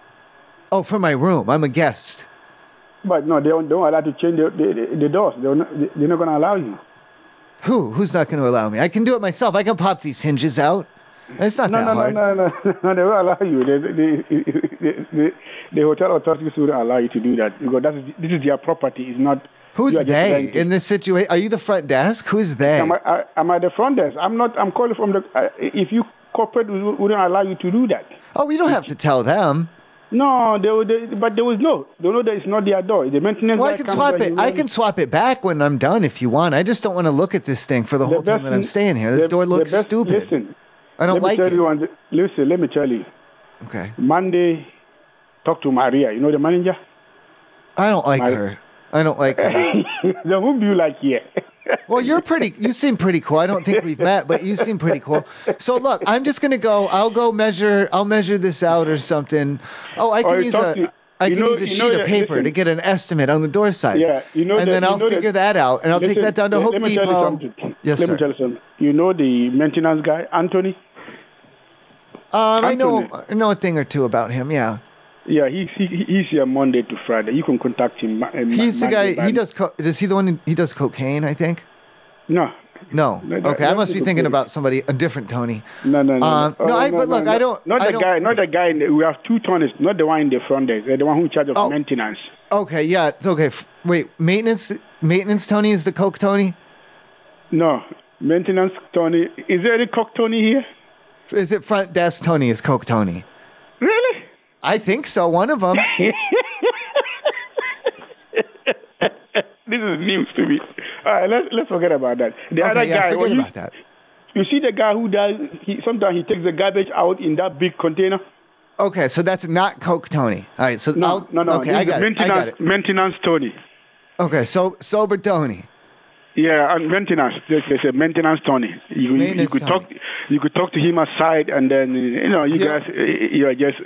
Oh, for my room. I'm a guest.
But no, they don't, they don't allow to change the, the, the doors. They're not, they're not gonna allow you.
Who? Who's not going to allow me? I can do it myself. I can pop these hinges out. It's not that
no,
hard.
no, no, no, no, they will allow you. The, the, the, the, the hotel authorities will allow you to do that because that's, this is their property. It's not.
Who's
you are just
they
renting.
in this situation? Are you the front desk? Who's they?
I'm, at- I, I'm at the front desk. I'm not. I'm calling from the. Uh, if you corporate, we we don't allow you to do that.
Oh, we don't have to tell them.
No, they, will- they, but there was no. They know that it's not their door. The maintenance.
Well,
guy
I can
comes
swap
when
it.
you
I
want.
can swap it back when I'm done if you want. I just don't want to look at this thing for the, whole time
best-
that I'm staying here. This
the-
door
the
looks
best-
stupid.
Listen,
I don't
let me
like
tell
it.
You one, thi- listen, let me tell you.
Okay.
Monday, talk to Maria. You know the manager.
I don't like
My-
her. I don't like her.
then whom do you like here?
well, you're pretty. You seem pretty cool. I don't think we've met, but you seem pretty cool. So look, I'm just gonna go. I'll go measure. I'll measure this out or something. Oh, I
Or
can use
talk
a.
to-
I
you
can
know-
use a
you know
sheet
that-
of paper to
listen.
get an estimate on the door size.
Yeah, you know
and
that-
then
you
I'll
know that-
figure that, out, and I'll take
Listen,
that down to
let-
Home
let me tell you
Depot.
something.
Yes,
let
sir.
me tell you something. You know the maintenance guy, Anthony.
Um, I know
Anthony.
I know a thing or two about him. Yeah,
Yeah, he's he, he's here Monday to Friday. You can contact him. Ma- uh,
he's the
Monday
guy.
by-
He does. Co- is he the one? Who, he does cocaine, I think.
No.
No.
No, that-
Okay, I
that's
must be
the
thinking
police.
about somebody a different Tony.
No, no, no.
Um,
Oh,
no, I- but look, I don't-
Not
I
the
don't-
guy. Not the guy. in the- We have two tonners. Not the one in the front desk. uh, The one who in charge
Oh.
of maintenance.
Okay, yeah, it's okay. F- Wait, maintenance, maintenance Tony is the coke Tony.
No, maintenance Tony. Is there any cock Tony here?
Is it front desk Tony? Is coke Tony?
Really?
I think so. One of them.
This is news to me. All right, let's let's forget about that. The
Okay,
other
yeah,
guy.
forget
when you,
about that.
You see the guy who does. He, sometimes he takes the garbage out in that big container.
Okay, so that's not coke Tony. All right, so I'll,
No, no.
okay,
this
I
is
got it. I
maintenance,
got it.
Maintenance Tony.
Okay, so sober Tony.
Yeah, and maintenance. There's, there's a maintenance Tony. You, you- you
Maintenance
could
Tony.
talk. You could talk to him aside, and then you know you
Yeah.
guys uh, you're just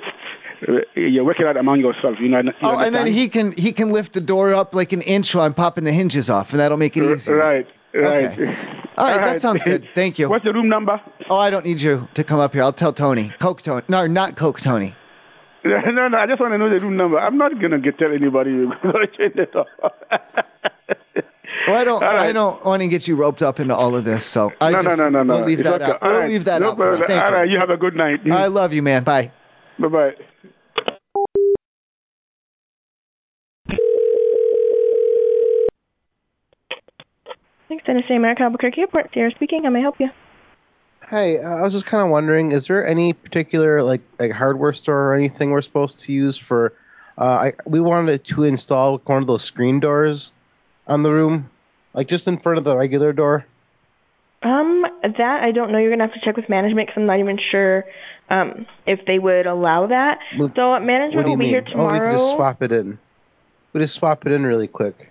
uh, you're working out among yourself. You know. you
Oh, and then
understand?
he can he can lift the door up like an inch while I'm popping the hinges off, and that'll make it easier.
Right. Right.
Okay. All right, that sounds good. Thank you.
What's the room number?
Oh, I don't need you to come up here. I'll tell Tony. Coke Tony. No, not Coke Tony.
No, no. I just want to know the room number. I'm not gonna get, tell anybody. You're gonna change it up.
Well, I don't.
All right.
I don't want to get you roped up into all of this. So I
no,
just,
no, no, no, no.
We'll leave
It's
that
okay.
out.
All
we'll
right.
leave that
No
out. For now.
problem.
Thank
All
you.
right, you have a good night.
I love you, man. Bye.
Bye bye.
Thanks, Tennessee American Albuquerque Airport. Sierra speaking. How may I help you?
Hey, uh, I was just kind of wondering, is there any particular like like hardware store or anything we're supposed to use for? Uh, I we wanted to install one of those screen doors on the room, like just in front of the regular door.
Um, that I don't know. You're gonna have to check with management 'cause I'm not even sure um if they would allow that.
What-
so uh, management
what do
will
you
be
mean?
here
Oh, we
tomorrow.
can just swap it in. We just swap it in really quick.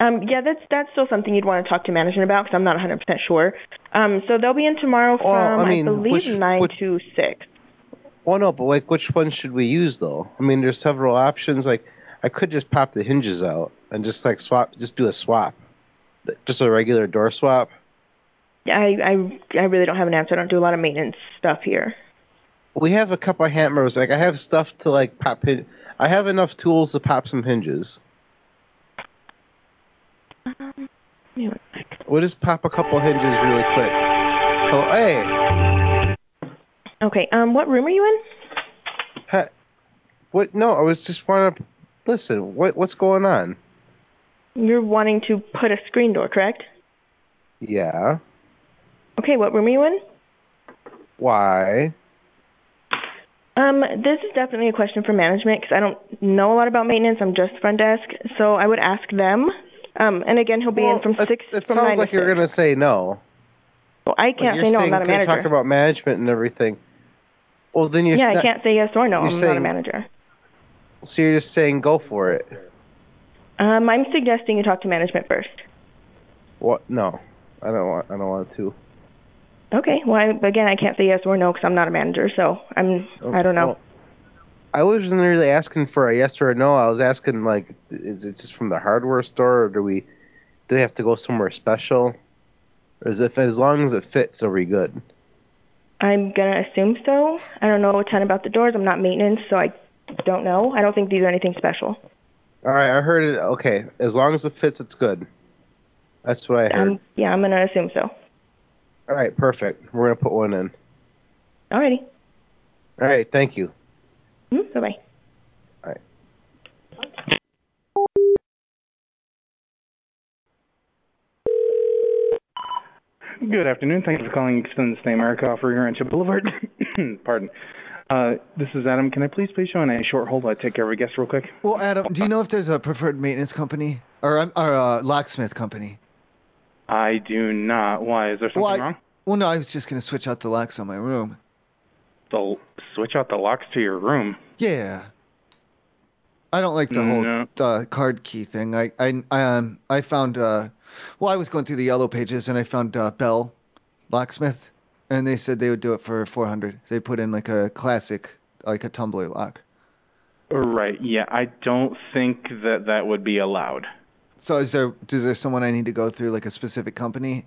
Um, yeah, that's that's still something you'd want to talk to management about 'cause I'm not 100 percent sure. Um, so they'll be in tomorrow from
Oh, I mean,
believe
which-
nine to six.
Well, no, but like, which one should we use though? I mean, there's several options. Like, I could just pop the hinges out and just like swap, just do a swap, just a regular door swap.
I I I really don't have an answer. I don't do a lot of maintenance stuff here.
We have a couple of hammers. Like, I have stuff to like pop. Hin- I have enough tools to pop some hinges.
Mm-hmm.
We'll just pop a couple hinges really quick. Oh, hey,
Okay. Um, what room are you in?
ha- what? No, I was just want to listen. What what's going on?
You're wanting to put a screen door, correct?
Yeah.
Okay. What room are you in?
Why?
Um, this is definitely a question for management because I don't know a lot about maintenance. I'm just front desk, so I would ask them. Um, and again, he'll be in from six
It
from
sounds
nine
like
to
you're
six.
gonna say no.
Well, I
Like,
can't
you're
say no. I'm
saying
not a
you could've talked
manager.
about management and everything. Well, then you're
yeah,
not-
I can't say yes or no.
you're
I'm not a
saying-
manager.
So you're just saying go for it.
Um, I'm suggesting you talk to management first.
What? No, I don't want. I don't want to.
Okay. Well, I, again, I can't say yes or no because I'm not a manager, so I'm I don't know.
I wasn't really asking for a yes or a no. I was asking like, is it just from the hardware store, or do we, do we have to go somewhere special? Or is if as long as it fits, are we good?
I'm gonna assume so. I don't know a ton about the doors. I'm not maintenance, so I don't know. I don't think these are anything special.
All right, I heard it. Okay, as long as it fits, it's good. That's what I heard.
Um, yeah, I'm gonna assume so.
All right, perfect. We're gonna put one in.
Alrighty.
All right, thank you.
Mm, bye bye.
Good afternoon. Thank you for calling Extended Stay America off Rio Rancho Boulevard. Pardon. Uh, this is Adam. Can I please place you on a short hold while I take care of a guest real quick?
Well, Adam, do you know if there's a preferred maintenance company or um, or a locksmith company?
I do not. Why? Is there something
Well, I-
wrong?
Well, no, I was just gonna switch out the locks on my room.
The, switch out the locks to your room.
Yeah. I don't like the whole uh, card key thing. I I I, um I found uh well I was going through the yellow pages and I found uh, Bell locksmith and they said they would do it for 400. They put in like a classic like a tumbler lock.
Right. Yeah. I don't think that that would be allowed.
So is there is there someone I need to go through like a specific company?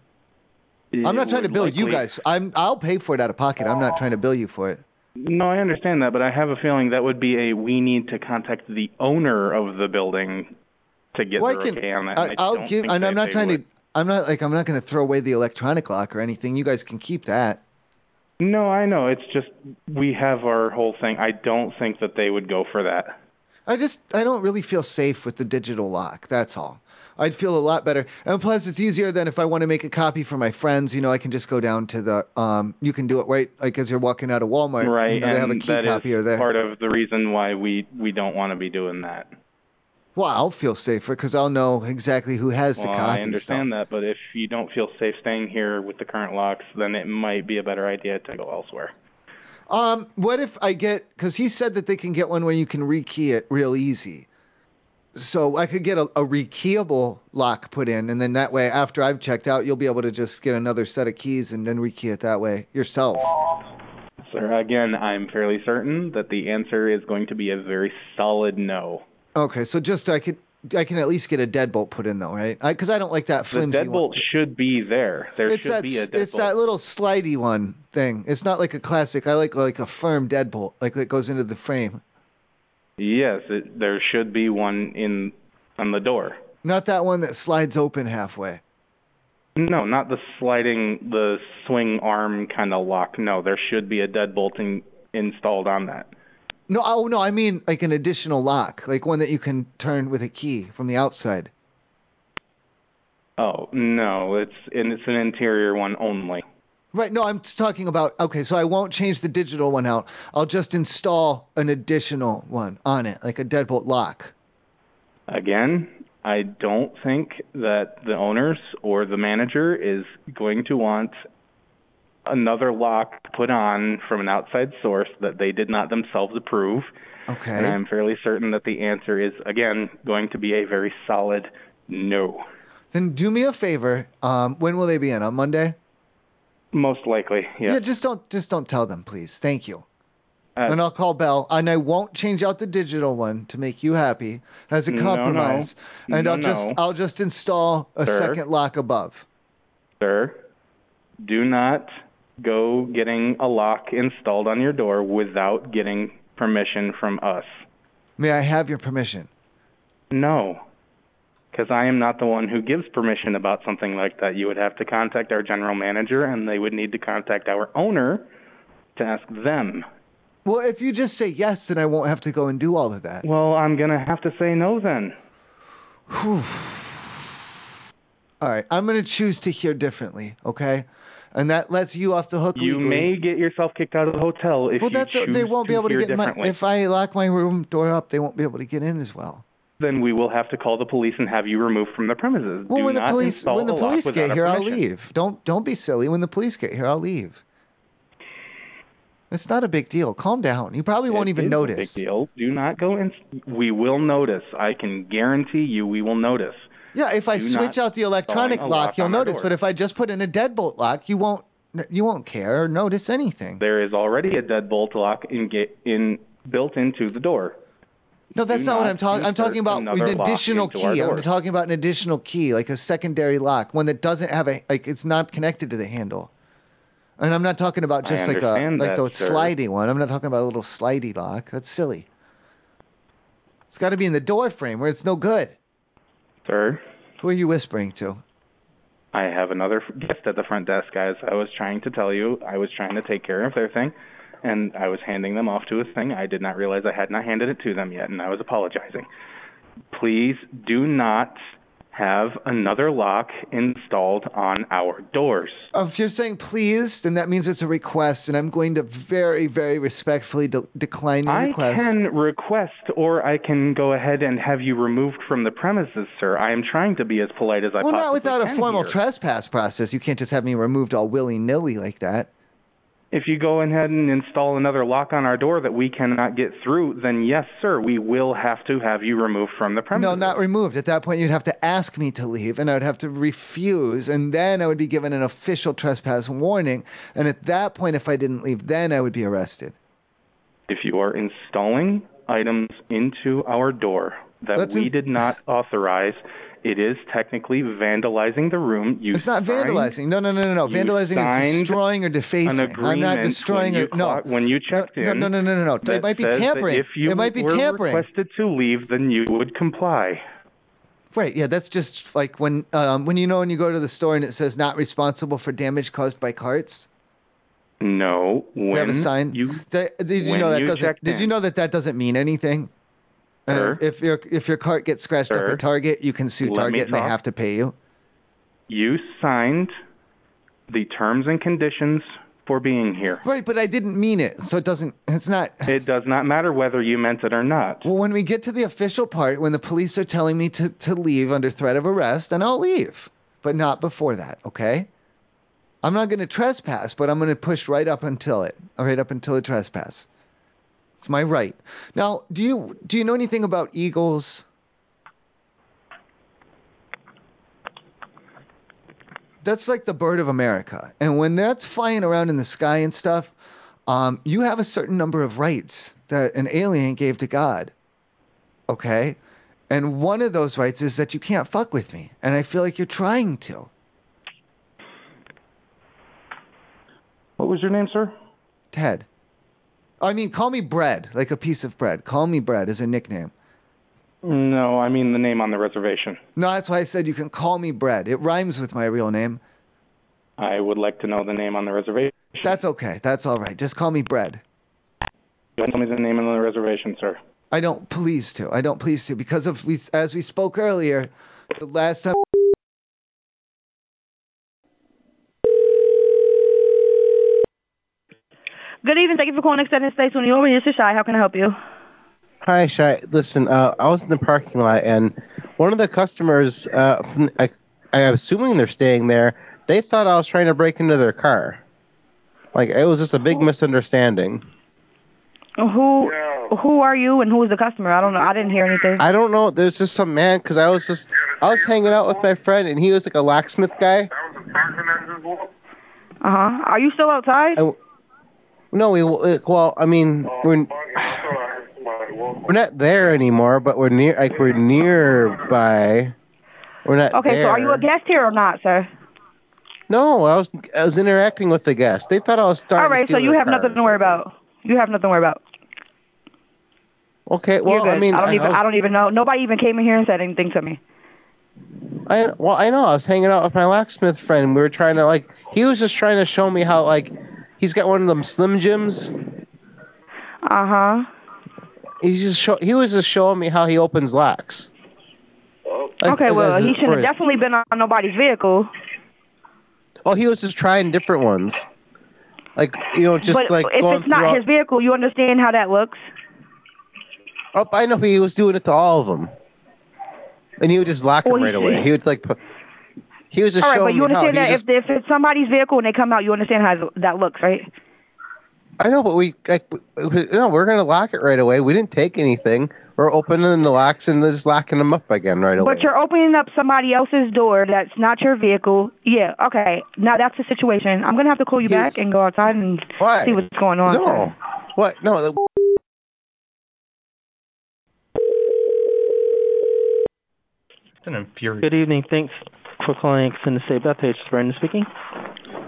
I'm not
It
trying to
would
bill you
likely-
guys. I'm I'll pay for it out of pocket. I'm not trying to bill you for it.
No, I understand that, but I have a feeling that would be a we need to contact the owner of the building to get
Well, I
their
can-
okay on that.
I,
and I
I'll
don't
give.
think
And
that
I'm not
they
trying
would.
to. I'm not like I'm not going to throw away the electronic lock or anything. You guys can keep that.
No, I know. It's just we have our whole thing. I don't think that they would go for that.
I just I don't really feel safe with the digital lock. That's all. I'd feel a lot better. And plus, it's easier than if I want to make a copy for my friends. You know, I can just go down to the. Um, you can do it right like as you're walking out of Walmart.
right.
You know, they have a
and
key
that is
copier there.
part of the reason why we we don't want to be doing that.
Well, I'll feel safer because I'll know exactly who has
Well,
the
I
copy.
understand that, but if you don't feel safe staying here with the current locks, then it might be a better idea to go elsewhere.
Um, what if I get? Because he said that they can get one where you can rekey it real easy. So I could get a, a rekeyable lock put in, and then that way, after I've checked out, you'll be able to just get another set of keys and then rekey it that way yourself.
Sir, again, I'm fairly certain that the answer is going to be a very solid no.
Okay, so just I could I can at least get a deadbolt put in though, right? Because I, don't like that
The
flimsy
deadbolt
one.
should be there. There
It's
should
that
be a
s-
deadbolt.
it's that little slidey one thing. It's not like a classic. I like like a firm deadbolt, like that goes into the frame.
Yes, it, there should be one in on the door.
Not that one that slides open halfway.
No, not the sliding, the swing arm kind of lock. No, there should be a deadbolt in, installed on that.
No, oh no, I mean like an additional lock, like one that you can turn with a key from the outside.
Oh no, it's and it's an interior one only.
Right. No, I'm talking about okay, so I won't change the digital one out. I'll just install an additional one on it, like a deadbolt lock.
Again, I don't think that the owners or the manager is going to want another lock put on from an outside source that they did not themselves approve.
Okay.
And I'm fairly certain that the answer is again going to be a very solid no.
Then do me a favor. Um, when will they be in? On Monday?
Most likely, yes.
Yeah. Just don't just don't tell them, please. Thank you.
Uh,
and I'll call Bell, and I won't change out the digital one to make you happy as a
No, no.
compromise. And
No,
I'll just
no.
I'll just install a
Sir?
second lock above.
Sir, do not go getting a lock installed on your door without getting permission from us.
May I have your permission?
No. Because I am not the one who gives permission about something like that. You would have to contact our general manager, and they would need to contact our owner to ask them.
Well, if you just say yes, then I won't have to go and do all of that.
Well, I'm going to have to say no then.
Whew. All right, I'm gonna choose to hear differently, okay? And that lets you off the hook.
You
legally.
may get yourself kicked out of the hotel if
well,
you
that's
choose
they won't be able to
hear
get my.
differently.
If I lock my room door up, they won't be able to get in as well.
Then we will have to call the police and have you removed from the premises.
Well,
do
when the
not
police
install
when the
a lock
police
without
get
our
here, I'll
permission.
leave. Don't don't be silly. When the police get here, I'll leave. It's not a big deal. Calm down. You probably won't
It
even
is a
notice.
big deal. Do not go in. We will notice. I can guarantee you, we will notice.
Yeah, if I
Do
switch
not
out the electronic
installing
lock,
a lock
you'll
on our
notice.
door.
But if I just put in a deadbolt lock, you won't you won't care or notice anything.
There is already a deadbolt lock in, ga- in built into the door.
No, that's
Do
not what
not
I'm talking. I'm talking
insert
about
another
an
lock
additional
into our
key. I'm
door.
talking about an additional key, like a secondary lock, one that doesn't have a like it's not connected to the handle. And I'm not talking about
I
just like a
understand
like
that,
the
sir.
slidey one. I'm not talking about a little slidey lock. That's silly. It's got to be in the door frame where it's no good.
Sir,
Who are you whispering to?
I have another f- guest at the front desk, guys. I was trying to tell you, I was trying to take care of their thing, and I was handing them off to a thing. I did not realize I had not handed it to them yet, and I was apologizing. Please do not have another lock installed on our doors.
Oh, If you're saying please, then that means it's a request, and I'm going to very, very respectfully de- decline your
I
request.
can request, or I can go ahead and have you removed from the premises, sir. I am trying to be as polite as I
well,
possibly
not without a
can
formal
here.
trespass process. You can't just have me removed all willy nilly like that.
If you go ahead and install another lock on our door that we cannot get through, then yes, sir, we will have to have you removed from the premises.
No, not removed. At that point, you'd have to ask me to leave, and I would have to refuse, and then I would be given an official trespass warning. And at that point, if I didn't leave, then I would be arrested.
If you are installing items into our door that
That's
we
in-
did not authorize, it is technically vandalizing the room. You
It's not
signed
vandalizing. No, no, no, no, no.
you
Vandalizing
signed
is destroying or
An
defacing.
agreement
I'm not destroying
when
or
you,
no.
clock- when you checked
No,
in.
no, no, no, no, no.
that
It might be
says that
tampering.
If you
It might be
were
tampering.
requested to leave, then you would comply.
Right. Yeah, that's just like when um, when you know when you go to the store and it says not responsible for damage caused by carts.
No, when
have a sign?
you
That, did you
When
know that
you
doesn't?
checked
Did you
in.
know that that doesn't mean anything? Uh,
Sir?
if your if your cart gets scratched up
Sir?
at Target, you can sue
Let me
Target and they
talk.
have to pay you.
You signed the terms and conditions for being here.
Right, but I didn't mean it, so it doesn't. It's not.
It does not matter whether you meant it or not.
Well, when we get to the official part, when the police are telling me to to leave under threat of arrest, then I'll leave, but not before that. Okay. I'm not going to trespass, but I'm going to push right up until it, right up until the trespass. It's my right. Now, do you do you know anything about eagles? That's like the bird of America, and when that's flying around in the sky and stuff, um, you have a certain number of rights that an alien gave to God. Okay, and one of those rights is that you can't fuck with me, and I feel like you're trying to.
What was your name, sir?
Ted. I mean, call me Bread, like a piece of bread. Call me Bread is a nickname.
No, I mean the name on the reservation.
No, that's why I said you can call me Bread. It rhymes with my real name.
I would like to know the name on the reservation.
That's okay. That's all right. Just call me Bread.
You tell me the name on the reservation, sir.
I don't please to. I don't please to because of we, as we spoke earlier, the last time.
Good evening. Thank you for calling Extended Stays when you're over. This is Shy. How can I help you?
Hi, Shy. Listen, uh, I was in the parking lot, and one of the customers, uh, from, I, I'm assuming they're staying there, they thought I was trying to break into their car. Like, it was just a
Oh.
big misunderstanding.
Who who are you and who is the customer? I don't know. I didn't hear anything.
I don't know. There's just some man, because I was just, I was hanging out with my friend, and he was like a locksmith guy.
Uh-huh. Uh huh. Are you still outside?
I, No, we well, I mean, we're we're not there anymore, but we're near. Like we're nearby. We're not
Okay, so are you
there.
a guest here or not, sir?
No, I was I was interacting with the guests. They thought I was starting.
All right,
to steal
so you
their
have
cars.
nothing to worry about. You have nothing to worry about.
Okay,
You're
well,
good.
I mean,
I don't even.
was-
I don't even know. Nobody even came in here and said anything to me.
I well, I know. I was hanging out with my locksmith friend. We were trying to like. He was just trying to show me how like he's got one of them slim jims.
Uh huh.
He's just show, he was just showing me how he opens locks. Like,
okay,
like
well,
as
he
a-
should
for
have
his-
definitely been on nobody's vehicle.
Oh, he was just trying different ones. Like you know, just
but
like
if
going
it's not
throughout-
his vehicle, you understand how that looks.
Oh, I know he was doing it to all of them, and he would just lock them
he
right away. He would like. pu- He was just
All right,
showing
but you
me how
understand
he
that
just-
if, if it's somebody's vehicle and they come out, you understand how th- that looks, right?
I know, but we like we, we- no, we're gonna lock it right away. We didn't take anything. We're opening the locks and just locking them up again right away.
But you're opening up somebody else's door that's not your vehicle. Yeah, okay. Now that's the situation. I'm gonna have to call you back and go outside and
Why?
see what's going on.
No. What? No. The,
It's an infuriating.
Good evening. Thanks for calling Extended Stay Bethpage. It's Brandon speaking.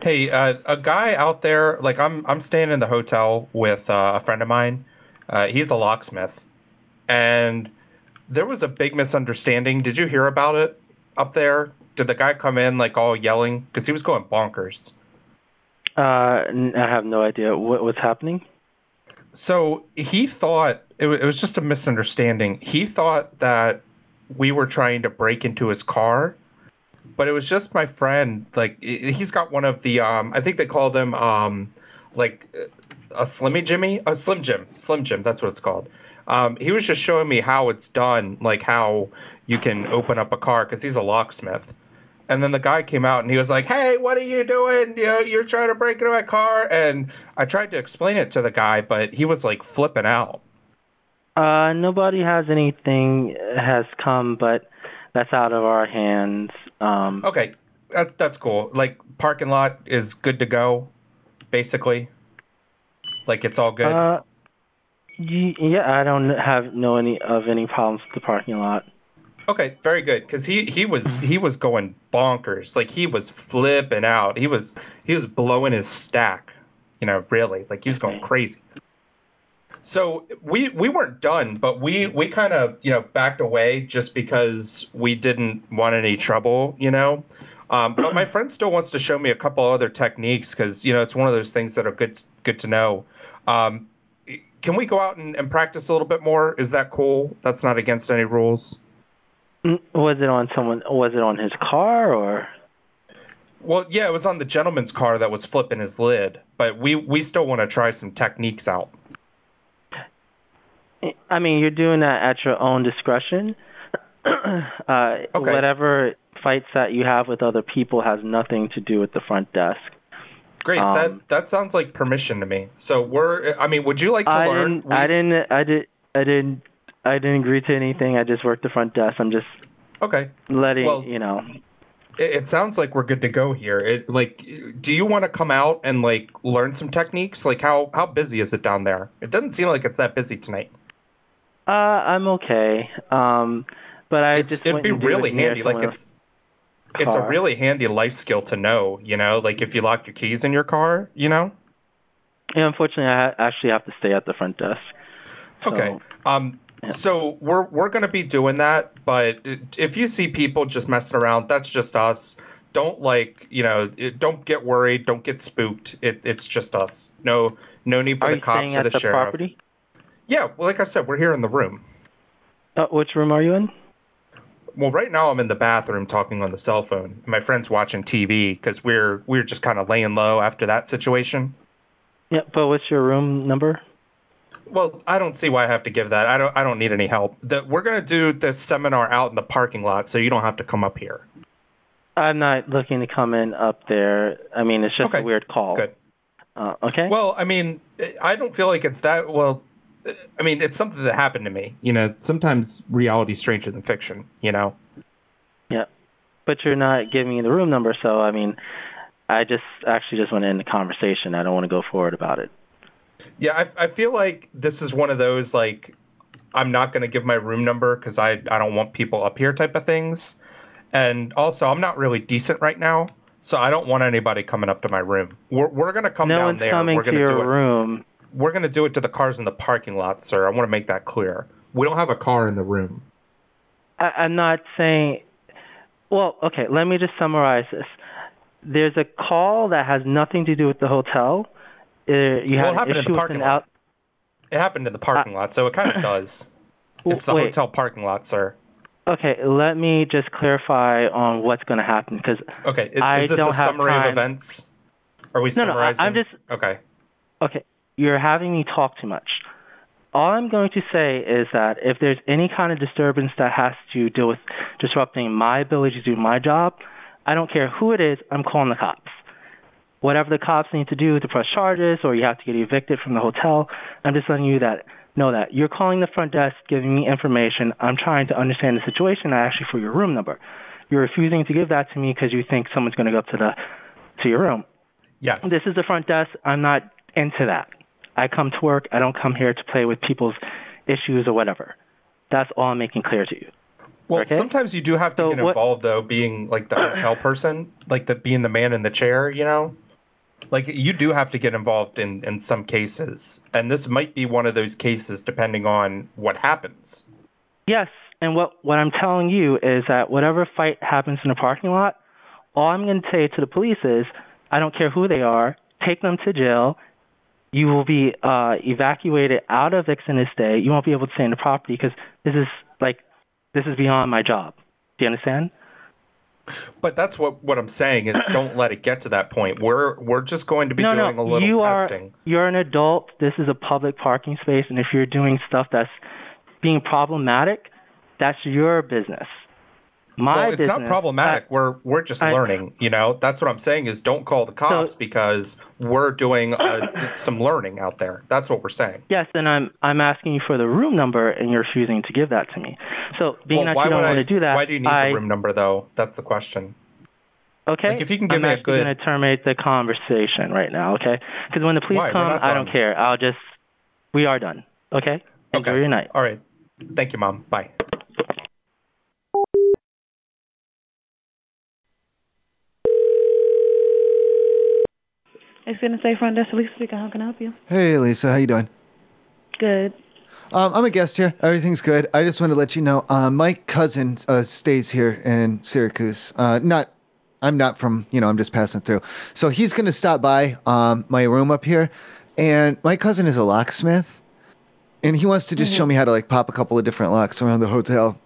Hey, uh, a guy out there, like I'm, I'm staying in the hotel with uh, a friend of mine. Uh, he's a locksmith, and there was a big misunderstanding. Did you hear about it up there? Did the guy come in like all yelling because he was going bonkers?
Uh, n- I have no idea what, what's happening.
So he thought it, wa- it was just a misunderstanding. He thought that we were trying to break into his car, but it was just my friend. Like i- he's got one of the um, I think they call them um, like uh, a Slimmy Jimmy, a Slim Jim, Slim Jim. That's what it's called. Um, he was just showing me how it's done, like how you can open up a car because he's a locksmith. And then the guy came out and he was like, "Hey, what are you doing? You know, you're trying to break into my car." And I tried to explain it to the guy, but he was like flipping out.
Uh, nobody has anything has come, but that's out of our hands. Um,
Okay, that, that's cool. Like parking lot is good to go, basically. Like it's all good.
Uh, y- yeah, I don't have know any of any problems with the parking lot.
okay, very good. Cause he he was he was going bonkers. Like he was flipping out. He was he was blowing his stack. You know, really. Like he was going crazy. So we we weren't done, but we we kind of you know backed away just because we didn't want any trouble, you know. Um, but my friend still wants to show me a couple other techniques because you know it's one of those things that are good good to know. Um, can we go out and, and practice a little bit more? Is that cool? That's not against any rules.
Mm, Was it on someone? Was it on his car or?
Well, yeah, it was on the gentleman's car that was flipping his lid, but we we still want to try some techniques out.
I mean, you're doing that at your own discretion. uh, Whatever fights that you have with other people has nothing to do with the front desk.
Great.
Um,
that that sounds like permission to me. So we're I mean, would you like to
I
learn?
didn't. I didn't. I did. I didn't. I didn't agree to anything. I just worked the front desk. I'm just
Okay.
letting
Well-
you know.
It, it sounds like we're good to go here. It like do you want to come out and like learn some techniques? Like how how busy is it down there? It doesn't seem like it's that busy tonight.
Uh, I'm okay. Um, but I just
It'd
went
be
and did
really
it near
handy. Like
someone
it's it's a
car.
really handy life skill to know, you know, like if you lock your keys in your car, you know?
Yeah, unfortunately, I ha- actually have to stay at the front desk.
Okay. Um, so we're we're gonna be doing that, but if you see people just messing around, that's just us. Don't like, you know, it- don't get worried, don't get spooked. It, it's just us. No, no need for
Are
the
you
cops
staying
or
at
the,
the
sheriff.
property?
Yeah, well, like I said, we're here in the room.
Uh, which room are you in?
Well, right now I'm in the bathroom talking on the cell phone. My friend's watching TV because we're we're just kind of laying low after that situation.
Yeah, but what's your room number?
Well, I don't see why I have to give that. I don't I don't need any help. The, we're gonna do this seminar out in the parking lot, so you don't have to come up here.
I'm not looking to come in up there. I mean, it's just a weird call.
Good.
Uh, okay.
Well, I mean, I don't feel like it's that. Well, I mean, it's something that happened to me. You know, sometimes reality's stranger than fiction. You know.
Yeah. But you're not giving me the room number, so I mean, I just actually just want to end the conversation. I don't want to go forward about it.
Yeah, I, I feel like this is one of those like I'm not going to give my room number because I I don't want people up here type of things, and also I'm not really decent right now, so I don't want anybody coming up to my room. We're we're going to come
no
down
one's
there.
coming
we're
to
going to do
your
it.
room.
We're going to do it to the cars in the parking lot, sir. I want to make that clear. We don't have a car in the room.
I, I'm not saying. Well, okay, let me just summarize this. There's a call that has nothing to do with the hotel. Uh, you
Well,
have
it happened in
an
the
issue with
parking
an
lot.
out.
It happened in the parking lot, so it kind of does. It's the
wait.
hotel parking lot, sir.
Okay, let me just clarify on what's going to happen because
Okay, is,
I
is this
don't
a
have
summary
time.
of events? Are we
No, no, I-
summarizing?
I'm
okay.
okay, you're having me talk too much. All I'm going to say is that if there's any kind of disturbance that has to do with disrupting my ability to do my job, I don't care who it is, I'm calling the cops. Whatever the cops need to do to press charges or you have to get evicted from the hotel, I'm just letting you that know that you're calling the front desk, giving me information. I'm trying to understand the situation. I asked you for your room number. You're refusing to give that to me because you think someone's going to go up to the to your room.
Yes.
This is the front desk. I'm not into that. I come to work. I don't come here to play with people's issues or whatever. That's all I'm making clear to you.
Well,
Okay.
sometimes you do have to get involved, though, being like the hotel person, like the being the man in the chair, you know. Like you do have to get involved in in some cases, and this might be one of those cases, depending on what happens.
Yes, and what what I'm telling you is that whatever fight happens in the parking lot, all I'm going to say to the police is, I don't care who they are, take them to jail. You will be uh, evacuated out of Vixen Day. You won't be able to stay in the property because this is like this is beyond my job. Do you understand?
But that's what what I'm saying is, don't let it get to that point. We're we're just going to be
no,
doing
no,
a little
you
testing.
are you're an adult. This is a public parking space, and if you're doing stuff that's being problematic, that's your business. My
well, it's
business.
not problematic. we're we're just
I-
learning, you know. That's what I'm saying is don't call the cops because we're doing uh some learning out there. That's what we're saying.
Yes, and I'm I'm asking you for the room number, and you're refusing to give that to me. So being
Well,
that
why
you don't
would
want
I-
to do that,
Why do you need
I,
the room number though? That's the question.
Okay.
Like, if you can give
I'm
me a
actually
good-
going to terminate the conversation right now, okay? Because when the police
Why? We're
come,
not
I don't
done.
care. I'll just we are done. Okay. Enjoy your night.
All right. Thank you, mom. Bye.
It's gonna say front desk Lisa speaking. How can I help you?
Hey, Lisa, how you doing?
Good.
Um, I'm a guest here. Everything's good. I just wanted to let you know uh, my cousin uh, stays here in Syracuse. Uh, not, I'm not from, you know, I'm just passing through. So he's going to stop by um, my room up here. And my cousin is a locksmith. And he wants to just show me how to, like, pop a couple of different locks around the hotel.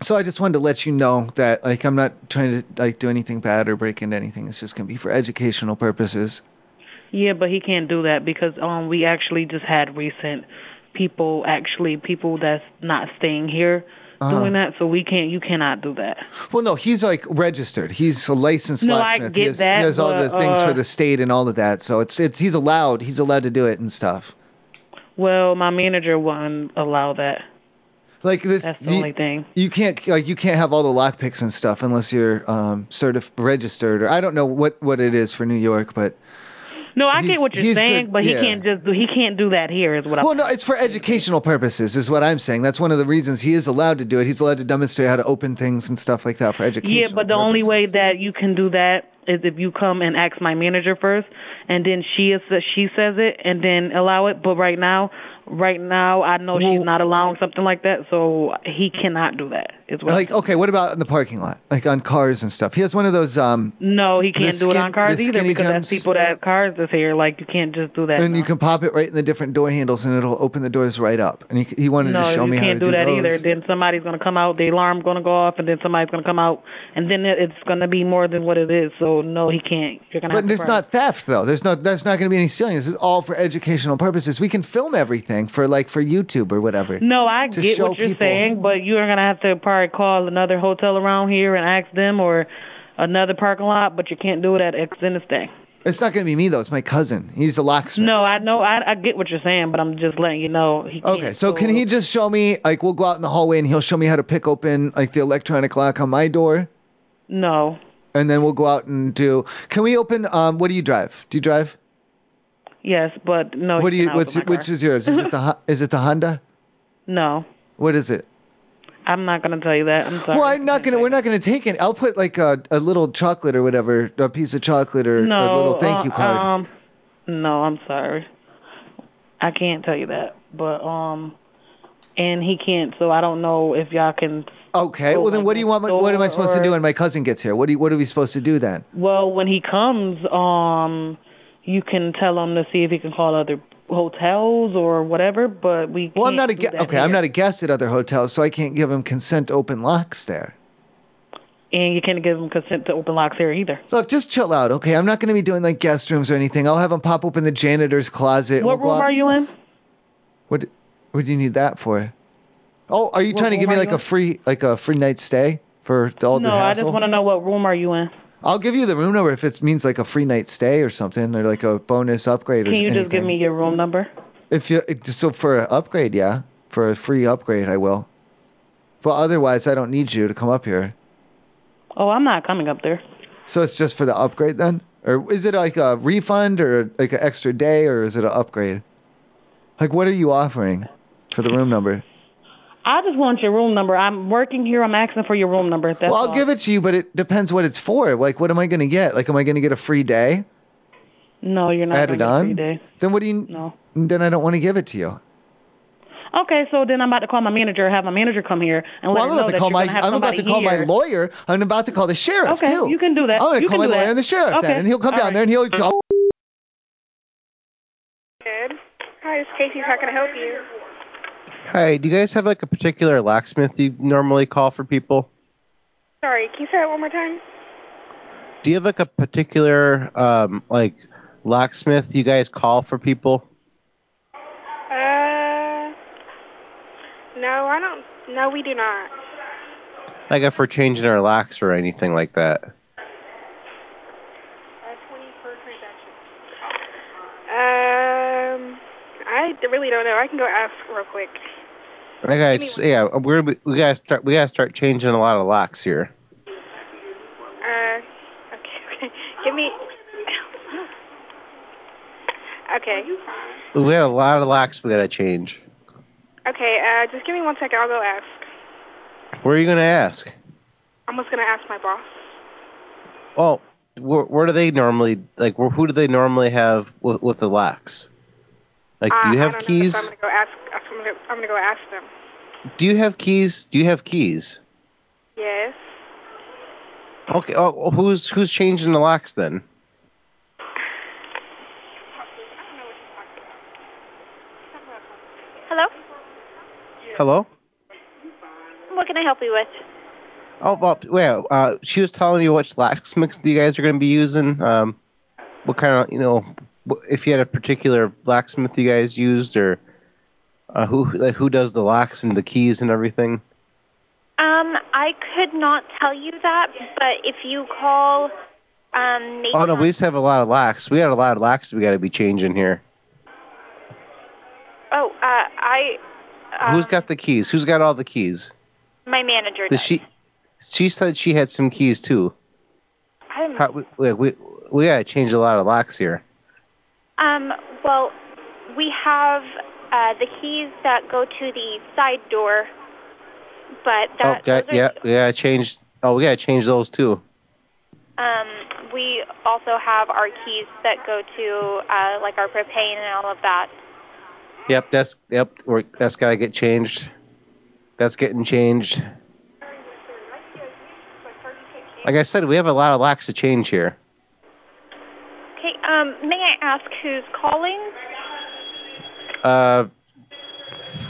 So I just wanted to let you know that, like, I'm not trying to, like, do anything bad or break into anything. It's just going to be for educational purposes.
Yeah, but he can't do that because um we actually just had recent people actually people that's not staying here
Uh-huh.
doing that, so we can't you cannot do that.
Well, no, he's like registered. He's a licensed
No, I
locksmith. he
get
has,
that,
he has all the
but,
things for
uh,
the state and all of that. So it's it's he's allowed. He's allowed to do it and stuff.
Well, my manager wouldn't allow that.
Like this,
That's the
you,
only thing.
you can't like you can't have all the lockpicks and stuff unless you're um certif- registered or I don't know what what it is for New York, but
No, I
he's-
get what you're
he's
saying,
good-
but he
yeah.
can't just do he can't do that here is what I'm
well, no, it's for educational purposes, is what I'm saying. That's one of the reasons he is allowed to do it. He's allowed to demonstrate how to open things and stuff like that for education.
Yeah, but the only way that you can do that is if you come and ask my manager first, and then she is she says it, and then allow it. But right now, right now, I know she's not allowing something like that, so he cannot do that. Is what?
Like, okay, what about in the parking lot, like on cars and stuff? He has one of those um
no, he can't
the
do it
skin-
on cars
the
either
skinny
because
jumps?
that's people that have cars that's here. Like you can't just do that.
and you can pop it right in the different door handles, and it'll open the doors right up. And he, he wanted
no,
to show
you
me how to
can't
do,
do that
those.
either. Then somebody's gonna come out, the alarm's gonna go off, and then somebody's gonna come out, and then it- it's gonna be more than what it is. So no, he can't. You're gonna. have
But
to
there's
price.
not theft though. There's not. There's not going to be any stealing. This is all for educational purposes. We can film everything for like for YouTube or whatever.
No, I
to
get
show
what you're
people.
saying, but you're gonna have to probably call another hotel around here and ask them or another parking lot, but you can't do it at Exodus Day.
It's not going to be me though. It's my cousin. He's the locksmith.
No, I know, I, I get what you're saying, but I'm just letting you know he can't.
Okay, so can he just show me? Like we'll go out in the hallway and he'll show me how to pick open like the electronic lock on my door,
No,
and then we'll go out and do. Can we open? Um, what do you drive? Do you drive?
Yes, but no.
what do
he's
you?
not
What's
with my
which
car.
is yours? Is it the Hon- is it the Honda?
No,
What is it?
I'm not gonna tell you that. I'm sorry.
Well, I'm not gonna. We're not gonna take it. I'll put like a, a little chocolate or whatever, a piece of chocolate or
no.
a little thank you
uh,
card.
Um, no, I'm sorry. I can't tell you that, but um, and he can't, so I don't know if y'all can.
okay. Well, then what do you want? My, what am I supposed to do when my cousin gets here? What do you, What are we supposed to do then?
Well, when he comes, um, you can tell him to see if he can call other hotels or whatever. But we.
Well, I'm not a
do
gue-
that
okay. I'm not a guest at other hotels, so I can't give him consent open locks there.
And you can't give him consent to open locks here either.
Look, just chill out, okay? I'm not gonna be doing like guest rooms or anything. I'll have him pop open the janitor's closet.
what room are you in?
What What do you need that for? Oh, are you
What
trying to give
room are
me like
you
a free like a free night stay for all
no,
the
I
hassle?
just want to know what room are you in.
I'll give you the room number if it means like a free night stay or something, or like a bonus upgrade or
Can you
anything.
just give me your room number?
If you it- so for an upgrade, yeah, for a free upgrade, I will. But otherwise, I don't need you to come up here.
Oh, I'm not coming up there.
So it's just for the upgrade then, or is it like a refund or like an extra day, or is it an upgrade? Like what are you offering for the room number?
I just want your room number. I'm working here. I'm asking for your room number. That's
well, I'll
all.
give it to you, but it depends what it's for. Like what am I gonna get? Like am I gonna get a free day
No, you're not
added
gonna
on?
get a free day.
Then what do you?
No.
Then I don't want to give it to you.
eh? Okay, so then I'm about to call my manager. Have my manager come here and let
Well, I'm
him
about
know
to
that
call
you're
my
gonna have
I'm about to
somebody
call my
here.
lawyer. I'm about to call the sheriff
Okay,
too.
you can do that.
I'm gonna
You can
call my
do
lawyer
that.
and the sheriff
Okay.
then, and he'll come down there and he'll. oh, tell
Good. Hi, this is Casey. How can I help you?
Hi, do you guys have like a particular locksmith you normally call for people?
Sorry, can you say that one more time?
Do you have like a particular um like locksmith you guys call for people?
Uh, no, I don't. No, we do not.
Like if we're changing our locks or anything like that.
Uh, 20 per transaction. Um, I d- really don't know. I can go ask real quick.
I gotta just- yeah, we're gonna be- we gotta start we gotta start changing a lot of locks here.
Uh, okay, okay. Give me. Okay.
We got a lot of locks we gotta change.
Okay, uh, just give me one second. I'll go ask.
Where are you gonna ask?
I'm just going to ask my boss.
Well, where, where do they normally like? Where, who do they normally have with, with the locks? Like, do
Uh,
you
I
have
don't
keys?
Know, so I'm going to go ask. I'm going to I'm gonna go ask them.
Do you have keys? Do you have keys?
Yes.
Okay. Oh, who's who's changing the locks then?
Hello?
Hello.
What can I help you with?
Oh, well, yeah. Uh, she was telling you which locksmiths you guys are going to be using. Um, what kind of you know, wh- if you had a particular locksmith you guys used, or uh, who like who does the locks and the keys and everything.
Um, I could not tell you that, but if you call, um,
Oh no, we just have a lot of locks. We got a lot of locks we got to be changing here.
oh, uh, I,
Who's got the keys? Who's got all the keys?
my manager
The
does.
she, she said she had some keys too.
I'm,
How, we, we, we we gotta change a lot of locks here.
um, well, we have uh, the keys that go to the side door, but
Oh,
that
got, yeah, we gotta change. Oh, we gotta change those too.
um, we also have our keys that go to uh, like our propane and all of that.
Yep, that's yep. We're, that's gotta get changed. That's getting changed. Like I said, we have a lot of locks to change here.
Okay, um, may I ask who's calling?
Uh,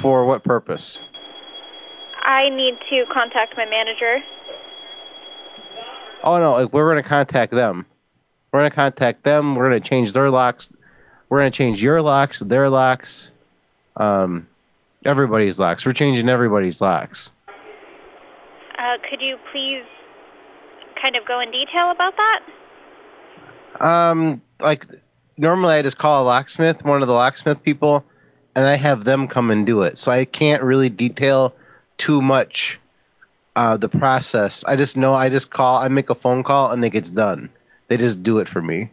for what purpose?
I need to contact my manager.
Oh no, like, we're gonna contact them. We're gonna contact them. We're gonna change their locks. We're gonna change your locks, their locks, um, everybody's locks. We're changing everybody's locks.
Uh, could you please kind of go in detail about that?
Um, like normally I just call a locksmith, one of the locksmith people, and I have them come and do it. So I can't really detail too much uh, the process. I just know I just call, I make a phone call, and it gets done. They just do it for me.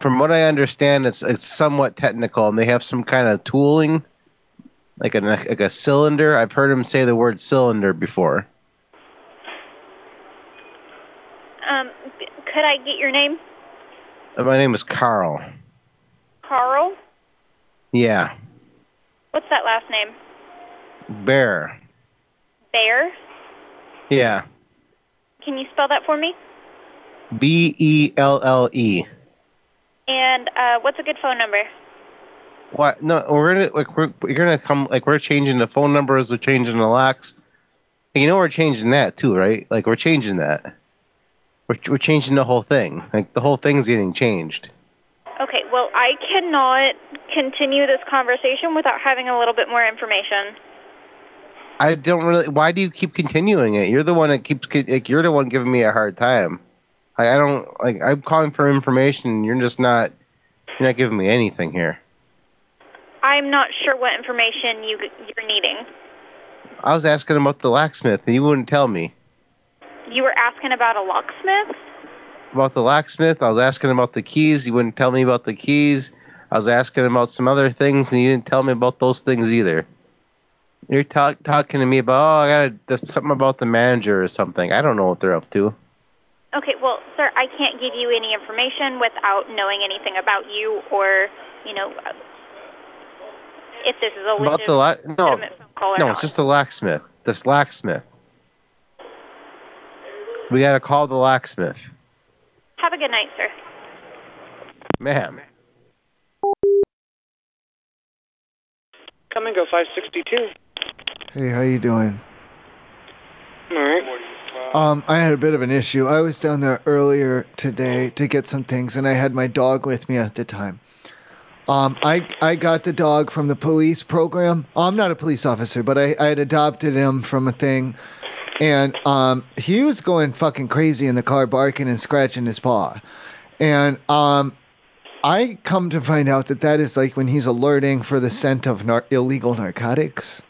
from what I understand, it's it's somewhat technical, and they have some kind of tooling, like a like a cylinder. I've heard him say the word cylinder before.
Um, c- could I get your name?
Uh, My name is Carl.
Carl?
Yeah,
What's that last name?
bear.
Bear?
Yeah,
Can you spell that for me?
B E L L E.
And uh, what's a good phone number?
What? No, we're gonna like we're you're gonna come like we're changing the phone numbers, we're changing the locks. And You know we're changing that too, right? Like we're changing that. We're we're changing the whole thing. Like the whole thing's getting changed.
Okay, well, I cannot continue this conversation without having a little bit more information.
I don't really. Why do you keep continuing it? You're the one that keeps like you're the one giving me a hard time. I, I don't like. I'm calling for information. and You're just not. You're not giving me anything here.
I'm not sure what information you, you're needing.
I was asking about the locksmith, and you wouldn't tell me
You were asking about a locksmith?
about the locksmith. I was asking about the keys. You wouldn't tell me about the keys. I was asking about some other things, and you didn't tell me about those things either. You're talk, talking to me about oh, I gotta there's something about the manager or something. I don't know what they're up to.
Okay, well, sir, I can't give you any information without knowing anything about you or, you know, if this is a
About the lock?
legit-
No,
legitimate phone call or
no,
not.
it's just the locksmith. This locksmith. We gotta call the locksmith,
Have a good night, sir.
ma'am.
Come and go, 562.
Hey, how you doing?
All right.
Um, I had a bit of an issue. I was down there earlier today to get some things, and I had my dog with me at the time. Um, I I got the dog from the police program. Oh, I'm not a police officer, but I, I had adopted him from a thing, and um, he was going fucking crazy in the car, barking and scratching his paw, and um, I come to find out that that is like when he's alerting for the scent of nar- illegal narcotics.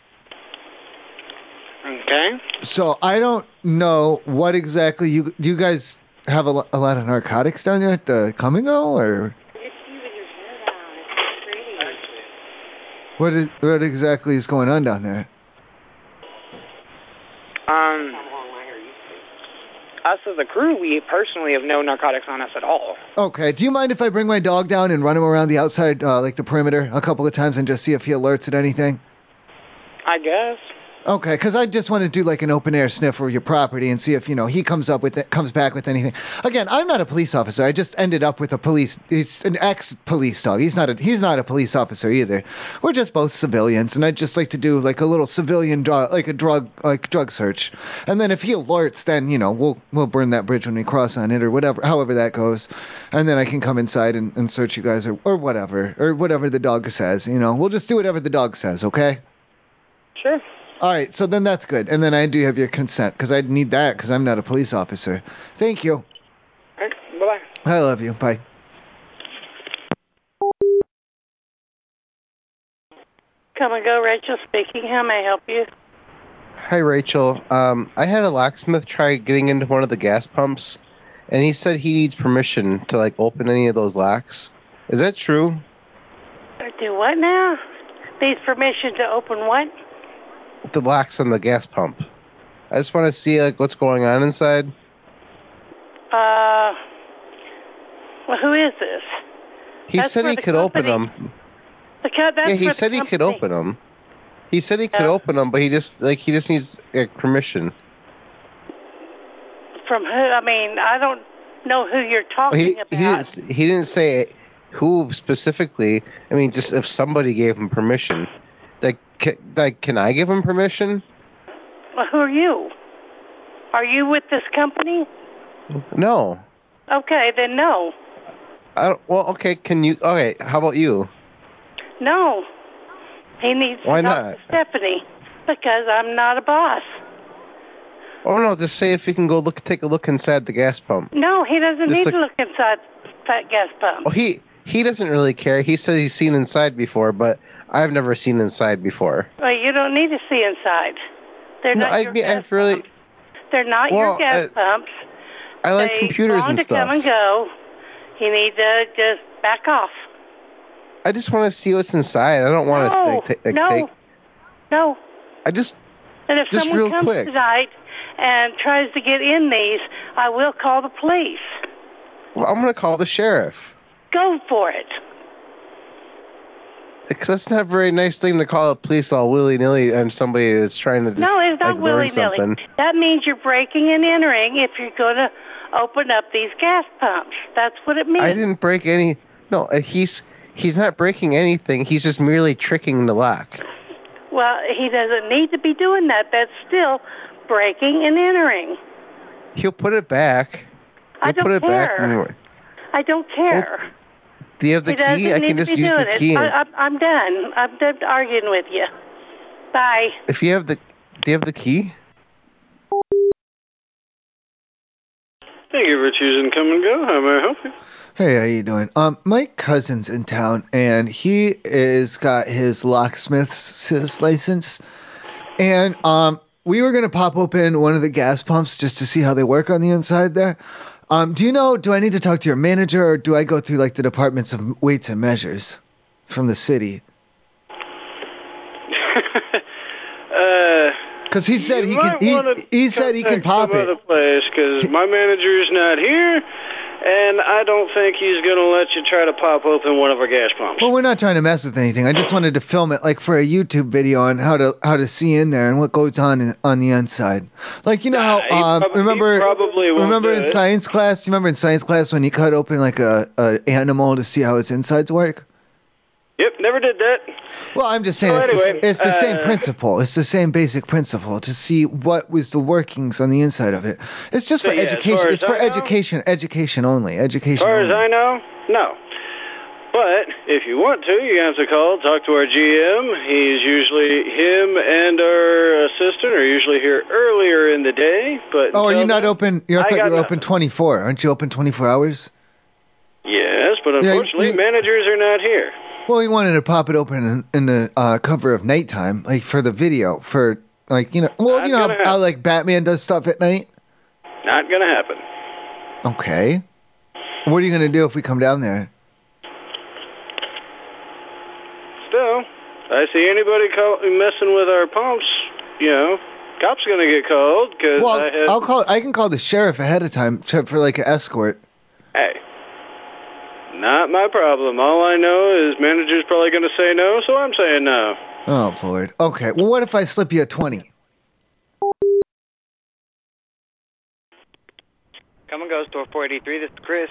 Okay.
So I don't know what exactly you you guys have a, lo- a lot of narcotics down there at the Comingo or what is what exactly is going on down there?
Um, us as a crew, we personally have no narcotics on us at all.
Okay, do you mind if I bring my dog down and run him around the outside uh, like the perimeter a couple of times and just see if he alerts at anything?
I guess.
Okay, 'cause I just want to do like an open air sniff of your property and see if you know he comes up with it, comes back with anything. Again, I'm not a police officer. I just ended up with a police. It's an ex-police dog. He's not a he's not a police officer either. We're just both civilians, and I'd just like to do like a little civilian dr- like a drug like drug search. And then if he alerts, then you know we'll we'll burn that bridge when we cross on it or whatever, however that goes. And then I can come inside and, and search you guys or or whatever or whatever the dog says. You know, we'll just do whatever the dog says. Okay.
Sure.
All right, so then that's good. And then I do have your consent because I need that because I'm not a police officer. Thank you.
All right. Bye-bye.
I love you. Bye.
Come and go, Rachel speaking. How may I help you?
Hi Rachel. Um, I had a locksmith try getting into one of the gas pumps, and he said he needs permission to like open any of those locks. Is that true?
Do what now? Needs permission to open what?
The locks on the gas pump. I just want to see like what's going on inside.
Uh, well, who is this?
He
That's
said
for
he
the
could open them.
The co- that's
yeah, he
for the
said he could
company. Oh.
open them. He said he could open them, but he just like he just needs like, permission.
From who? I mean, I don't know who you're talking
He,
about.
he didn't he didn't say who specifically. I mean, just if somebody gave him permission. Like, ca like can I give him permission?
Well, who are you? Are you with this company?
No.
Okay, then no.
I don't, well, okay. Can you? Okay. How about you?
No. He needs
Why
to talk
not?
to Stephanie because I'm not a boss.
Oh no, just say if you can go look, take a look inside the gas pump.
No, he doesn't
Just
need
like-
to look inside that gas pump.
Oh, he he doesn't really care. He says he's seen inside before, but I've never seen inside before.
Well, you don't need to see inside. They're
no,
not
I
your
mean, I've really.
they're not your
well,
gas pumps.
I like
they
computers
belong
and
to
stuff.
come and go. You need to just Back off.
I just want to see what's inside. I don't want
No,
to take.
no.
take
No.
I just
And if
Just
someone
real
comes
quick.
tonight and tries to get in these, I will call the police.
Well, I'm gonna call the sheriff
Go for it.
because that's not a very nice thing to call the police all willy nilly and somebody that's trying to just
no, it's not
like, learn
willy nilly.
something.
That means you're breaking and entering if you're going to open up these gas pumps. That's what it
I
means.
didn't break any. No, uh, he's he's not breaking anything. He's just merely tricking the lock.
Well, he doesn't need to be doing that. That's still breaking and entering.
He'll put it back.
I
He'll
don't
put it back.
care.
anyway.
I don't care.
Do you have the
he doesn't
key? I
need
can
to
just
be
use
doing
the key.
it. I, I'm, I'm done. I'm done arguing with you. Bye.
If you have the, do you have the key?
Thank you for choosing Come and Go. How may I help you?
Hey, how you doing? Um, my cousin's in town, and he is got his locksmith's s- license, and um, we were gonna pop open one of the gas pumps just to see how they work on the inside there. Um, do you know? Do I need to talk to your manager, or do I go through like the departments of weights and measures from the city?
Uh,
Because he said he can. He, he said he can pop
some
it.
other place because my manager's not here, and I don't think he's gonna let you try to pop open one of our gas pumps.
Well, we're not trying to mess with anything. I just wanted to film it, like for a YouTube video on how to how to see in there and what goes on in, on the inside. Like you know how um, remember
probably won't
remember
do
in
it.
science class? You remember in science class when you cut open like a, a animal to see how its insides work?
Yep, never did that.
Well, I'm just saying
So
it's
Oh, anyway,
the, it's the same
uh,
principle. It's the same basic principle to see what was the workings on the inside of it. It's just
So,
for
yeah, as
education.
far
It's
as
for
I know-
education, education only,
As
education.
far as
only.
I know, no. But if you want to, you have to call, talk to our GM. He's usually him and our assistant are usually here earlier in the day. But
Oh, are you
until-
not open? You're, I
I
thought
got
you were
no-
open 24. Aren't you open 24 hours?
Yes, but
Yeah, you-
unfortunately, managers are not here.
Well, we wanted to pop it open in, in the uh, cover of nighttime, like for the video, for like you know, well, you know how, how like Batman does stuff at night.
Not gonna happen.
Okay. What are you gonna do if we come down there?
Still, I see anybody call, messing with our pumps, you know, cops gonna get called because
Well,
I had.
I'll call. I can call the sheriff ahead of time to, for like an escort.
Hey. Not my problem. All I know is manager's probably going to say no, so I'm saying no.
Oh Lord. Okay. Well, what if I slip you a 20?
Come and go, store 483. This is Chris.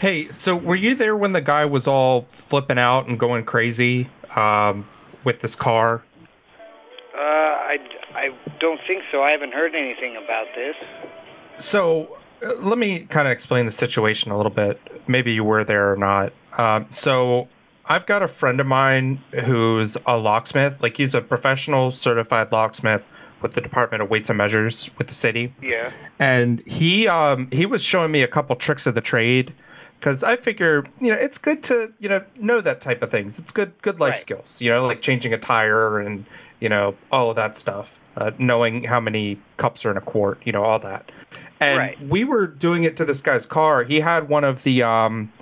Hey, so were you there when the guy was all flipping out and going crazy um, with this car?
Uh, I, I don't think so. I haven't heard anything about this.
So uh, let me kind of explain the situation a little bit. Maybe you were there or not. Um, so I've got a friend of mine who's a locksmith. Like he's a professional certified locksmith with the Department of Weights and Measures with the city.
Yeah.
and he um he was showing me a couple tricks of the trade because I figure you know it's good to you know know that type of things. It's good good life skills, you know, like changing a tire and you know all of that stuff, uh, knowing how many cups are in a quart, you know, all that. And we were doing it to this guy's car. He had one of the um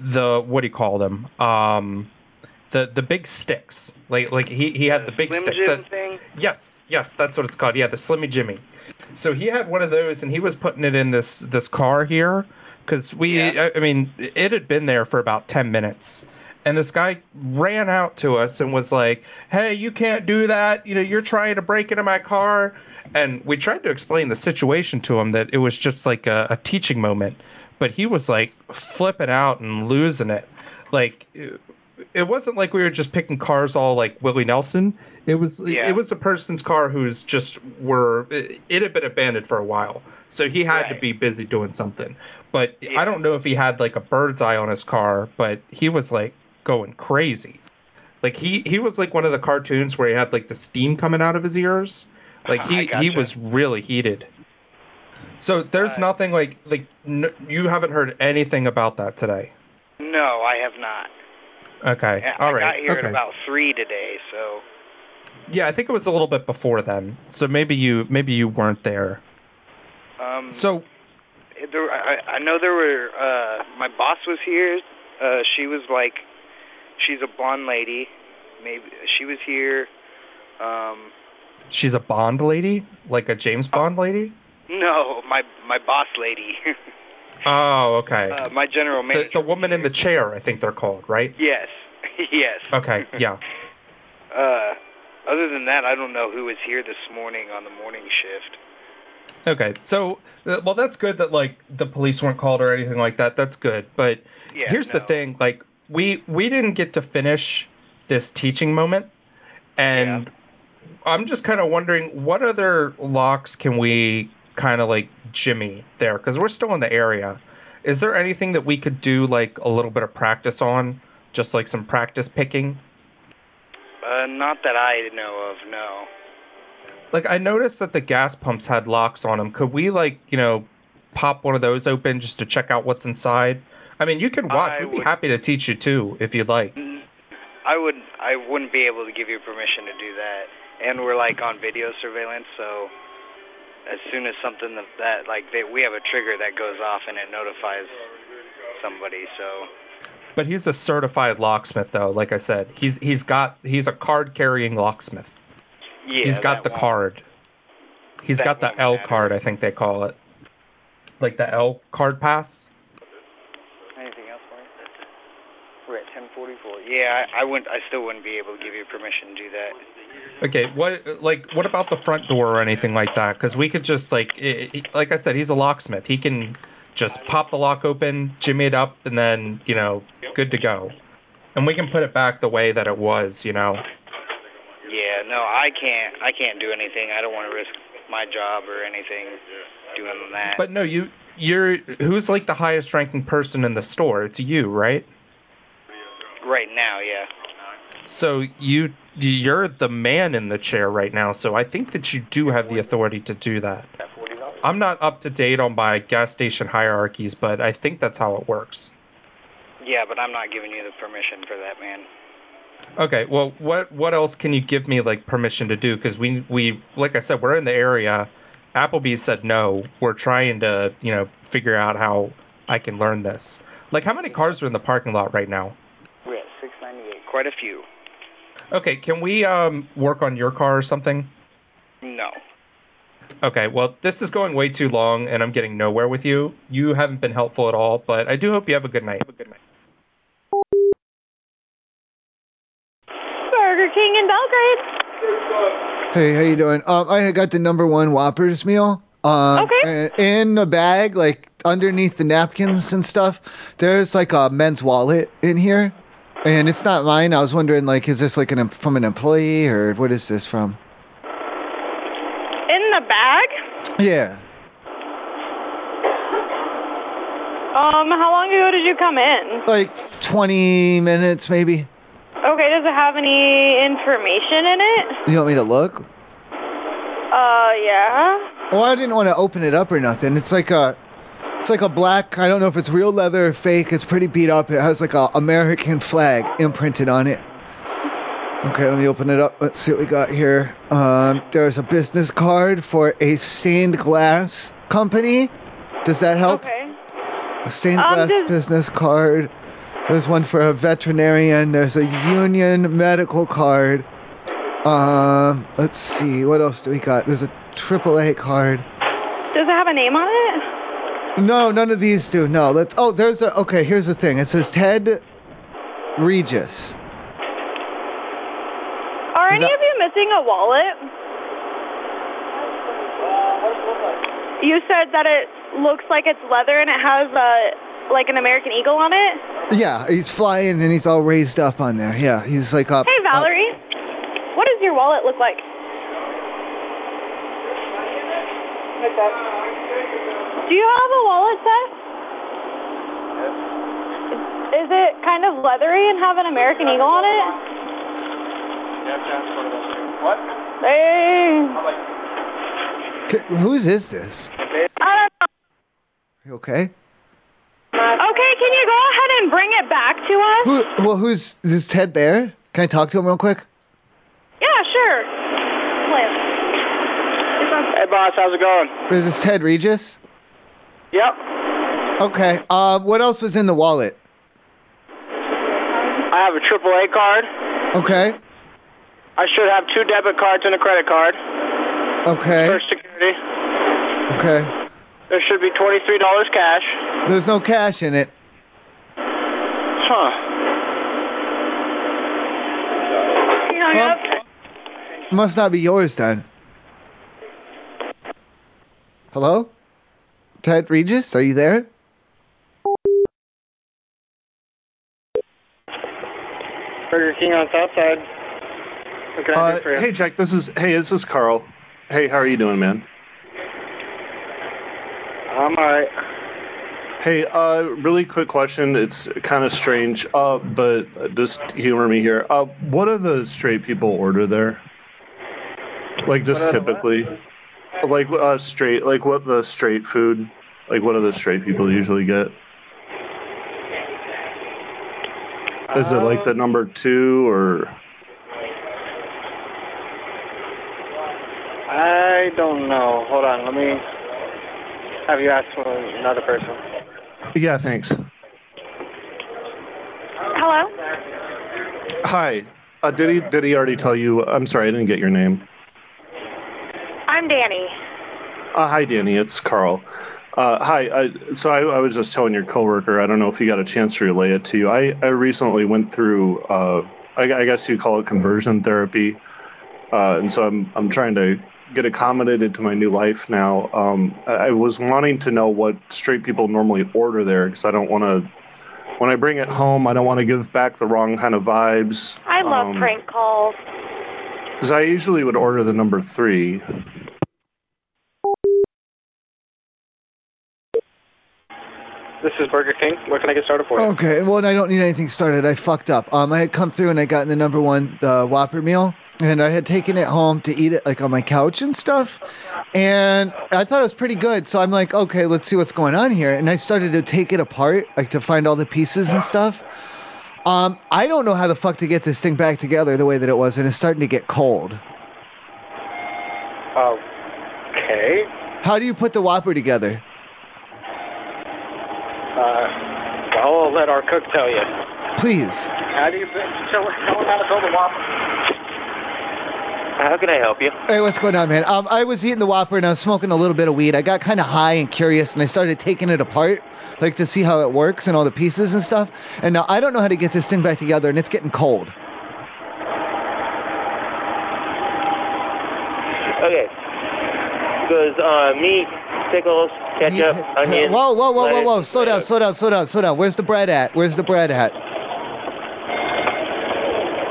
the what do you call them um the the big sticks like like he he had the big
Slim
stick
Jim
that-
thing?
Yes, yes, that's what it's called. Yeah, the Slimmy Jimmy. So he had one of those, and he was putting it in this this car here, because we, I, I mean, it had been there for about ten minutes, and this guy ran out to us and was like, "Hey, you can't do that. You know, you're trying to break into my car." And we tried to explain the situation to him that it was just like a, a teaching moment, but he was like flipping out and losing it, like it wasn't like we were just picking cars all like Willie Nelson. It was it was a person's car who's just were it, it had been abandoned for a while, so he had to be busy doing something. But I don't know if he had like a bird's eye on his car, but he was like going crazy. Like he he was like one of the cartoons where he had like the steam coming out of his ears. Like
I
he he
gotcha.
was really heated. So there's nothing like like n- you haven't heard anything about that today.
No, I have not.
Okay.
I-
All
I
right.
got here
okay.
at about 3 today, so.
Yeah, I think it was a little bit before then. So maybe you maybe you weren't there.
Um,
So
there, I, I know there were. Uh, my boss was here Uh, she was like, she's a blonde lady. Maybe she was here. Um,
She's a Bond lady, like a James Bond lady.
no, my my boss lady.
Oh, okay.
uh, my general
The,
manager.
the woman in the chair, I think they're called, right?
Yes, yes.
Okay, yeah.
Uh, other than that, I don't know who was here this morning on the morning shift.
Okay, so uh, well, that's good that like the police weren't called or anything like that. That's good, but
Yeah,
here's the thing: like we we didn't get to finish this teaching moment, and I'm just kind of wondering what other locks can we kind of like Jimmy there because we're still in the area. Is there anything that we could do like a little bit of practice on, just like some practice picking?
Uh, not that I know of, no.
like I noticed that the gas pumps had locks on them. Could we like you know pop one of those open just to check out what's inside? I mean, you can watch.
I
We'd be
would-
happy to teach you too if you'd like.
I would I wouldn't be able to give you permission to do that. And we're like on video surveillance, so as soon as something of that like they, we have a trigger that goes off and it notifies somebody, so
But he's a certified locksmith though. Like I said, he's he's got he's a card carrying locksmith.
yeah.
he's got the
that won't-
card. He's
that
got the
won't
L
matter.
card, I think they call it. Like the L card pass.
Anything else, Mark? We're at 10:44. Yeah, I, I wouldn't. I still wouldn't be able to give you permission to do that.
Okay, what like what about the front door or anything like that? Because we could just like i i like I said, he's a locksmith. He can just pop the lock open, jimmy it up, and then you know, good to go. And we can put it back the way that it was, you know.
Yeah, no, I can't. I can't do anything. I don't want to risk my job or anything doing that.
But no, you you're who's like the highest ranking person in the store? It's you, right?
right now, yeah.
So you you're the man in the chair right now. So I think that you do have the authority to do that. I'm not up to date on my gas station hierarchies, but I think that's how it works.
Yeah, but I'm not giving you the permission for that, man.
Okay, well, what what else can you give me like permission to do? Because we we like I said, we're in the area. Applebee's said no. We're trying to you know figure out how I can learn this. Like, how many cars are in the parking lot right now?
We're at 698. Quite a few.
Okay, can we um work on your car or something?
No.
Okay, well, this is going way too long, and I'm getting nowhere with you. You haven't been helpful at all, but I do hope you have a good night. Have a good night.
Burger King in Belgrade.
Hey, how you doing? Um, I got the number one Whoppers meal. Um, okay. In a bag, like underneath the napkins and stuff. There's like a men's wallet in here, and it's not mine. I was wondering, like, is this like an em- from an employee or what is this from?
In the bag?
Yeah.
Um, how long ago did you come in?
Like 20 minutes maybe.
Okay, does it have any information in it?
You want me to look?
Uh, yeah.
Well, I didn't want to open it up or nothing. It's like a, it's like a black. I don't know if it's real leather or fake. It's pretty beat up. It has like a American flag imprinted on it. Okay, let me open it up. Let's see what we got here. Um, there's a business card for a stained glass company. Does that help?
Okay.
A stained
Um,
glass
does-
business card. There's one for a veterinarian. There's a union medical card. Um, let's see. What else do we got? There's a AAA card.
Does it have a name on it?
No, none of these do. No, let's. Oh, there's a. Okay, here's the thing. It says Ted Regis.
Are any
Is that-
of you missing a wallet? You said that it looks like it's leather and it has a like an American eagle on it.
Yeah, he's flying and he's all raised up on there. Yeah, he's like up.
Hey Valerie, what does your wallet look like? Do you have a wallet set? Is it kind of leathery and have an American eagle on it?
What?
Hey.
K- whose is this?
I don't know.
You okay?
Okay, can you go ahead and bring it back to us?
Who? Well, who's is Ted there? Can I talk to him real quick?
Yeah, sure.
Hey, boss, how's it going?
Is this Ted Regis?
Yep.
Okay. Um, what else was in the wallet?
I have a AAA card.
Okay.
I should have two debit cards and a credit card.
Okay.
Security.
Okay.
There should be twenty-three dollars cash.
There's no cash in it.
Huh.
Must not be yours then. Hello? Ted Regis, are you there?
Burger King on Southside. What can I do for you?
Uh, hey Jack, this is hey, this is Carl. Hey, how are you doing, man?
I'm alright.
Hey, uh, really quick question. It's kind of strange, uh, but just humor me here. Uh, what do the straight people order there? Like just
What are the
typically, like uh, straight, like what the straight food, like what do the straight people usually get? Is it
Um,
like the number two or?
I don't know. Hold on, let me have you ask another person.
Yeah, thanks.
Hello?
Hi. Uh, did he did he already tell you? I'm sorry, I didn't get your name.
I'm Danny.
Uh, hi, Danny. It's Carl. Uh, hi. I, so I, I was just telling your coworker. I don't know if he got a chance to relay it to you. I, I recently went through. Uh, I, I guess you call it conversion therapy. Uh, and so I'm I'm trying to get accommodated to my new life now. Um, I, I was wanting to know what straight people normally order there because I don't want to. When I bring it home, I don't want to give back the wrong kind of vibes.
I love
um,
prank calls.
Because I usually would order the number three.
This is Burger King. What can I get started for you?
Okay, well, I don't need anything started. I fucked up. Um, I had come through and I gotten the number one the Whopper meal, and I had taken it home to eat it like on my couch and stuff, and I thought it was pretty good. So I'm like, okay, let's see what's going on here, and I started to take it apart, like to find all the pieces and stuff. Um, I don't know how the fuck to get this thing back together the way that it was, and it's starting to get cold.
Okay.
How do you put the Whopper together?
Uh, I'll let our cook tell you.
Please.
How do you tell, tell them how to build a whopper? How can I help you?
Hey, what's going on, man? Um, I was eating the Whopper and I was smoking a little bit of weed. I got kind of high and curious, and I started taking it apart, like to see how it works and all the pieces and stuff. And now I don't know how to get this thing back together, and it's getting cold.
Okay. Goes uh, meat, pickles, ketchup, onions.
Whoa, whoa, whoa, whoa, whoa! Slow down, slow down, slow down, slow down. Where's the bread at? Where's the bread at?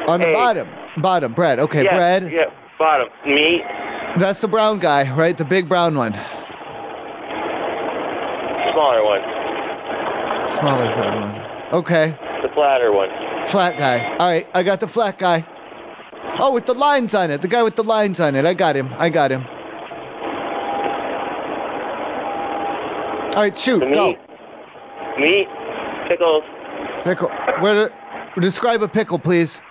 On the bottom, bottom bread. Okay,
yeah,
bread.
Yeah, bottom. Meat.
That's the brown guy, right? The big brown one.
Smaller one.
Smaller brown one. Okay.
The flatter one.
Flat guy. All right, I got the flat guy. Oh, with the lines on it. The guy with the lines on it. I got him. I got him. All right, shoot. Go.
Meat, pickles,
Pickle. Where? Describe a pickle, please.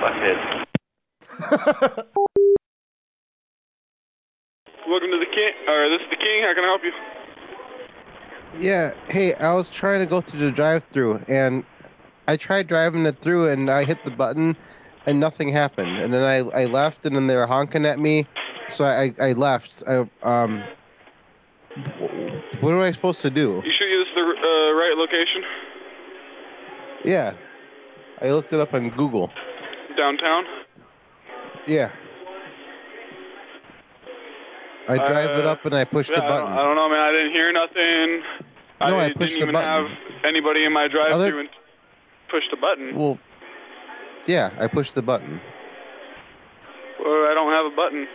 buckets.
Welcome to the King. Or this is the King. How can I help you?
Yeah. Hey, I was trying to go through the drive-through, and I tried driving it through, and I hit the button, and nothing happened. And then I, I left, and then they were honking at me, so I, I left. I, um, what am I supposed to do?
You sure this is the uh, right location?
Yeah. I looked it up on Google.
Downtown.
Yeah. I drive it
Uh,
up and I push the
yeah, I don't-
button.
I don't know, man. I didn't hear nothing.
No, I
didn't
pushed the
even
button.
have anybody in my drive-through and pushed the button.
Well, yeah, I pushed the button.
Well, I don't have a button.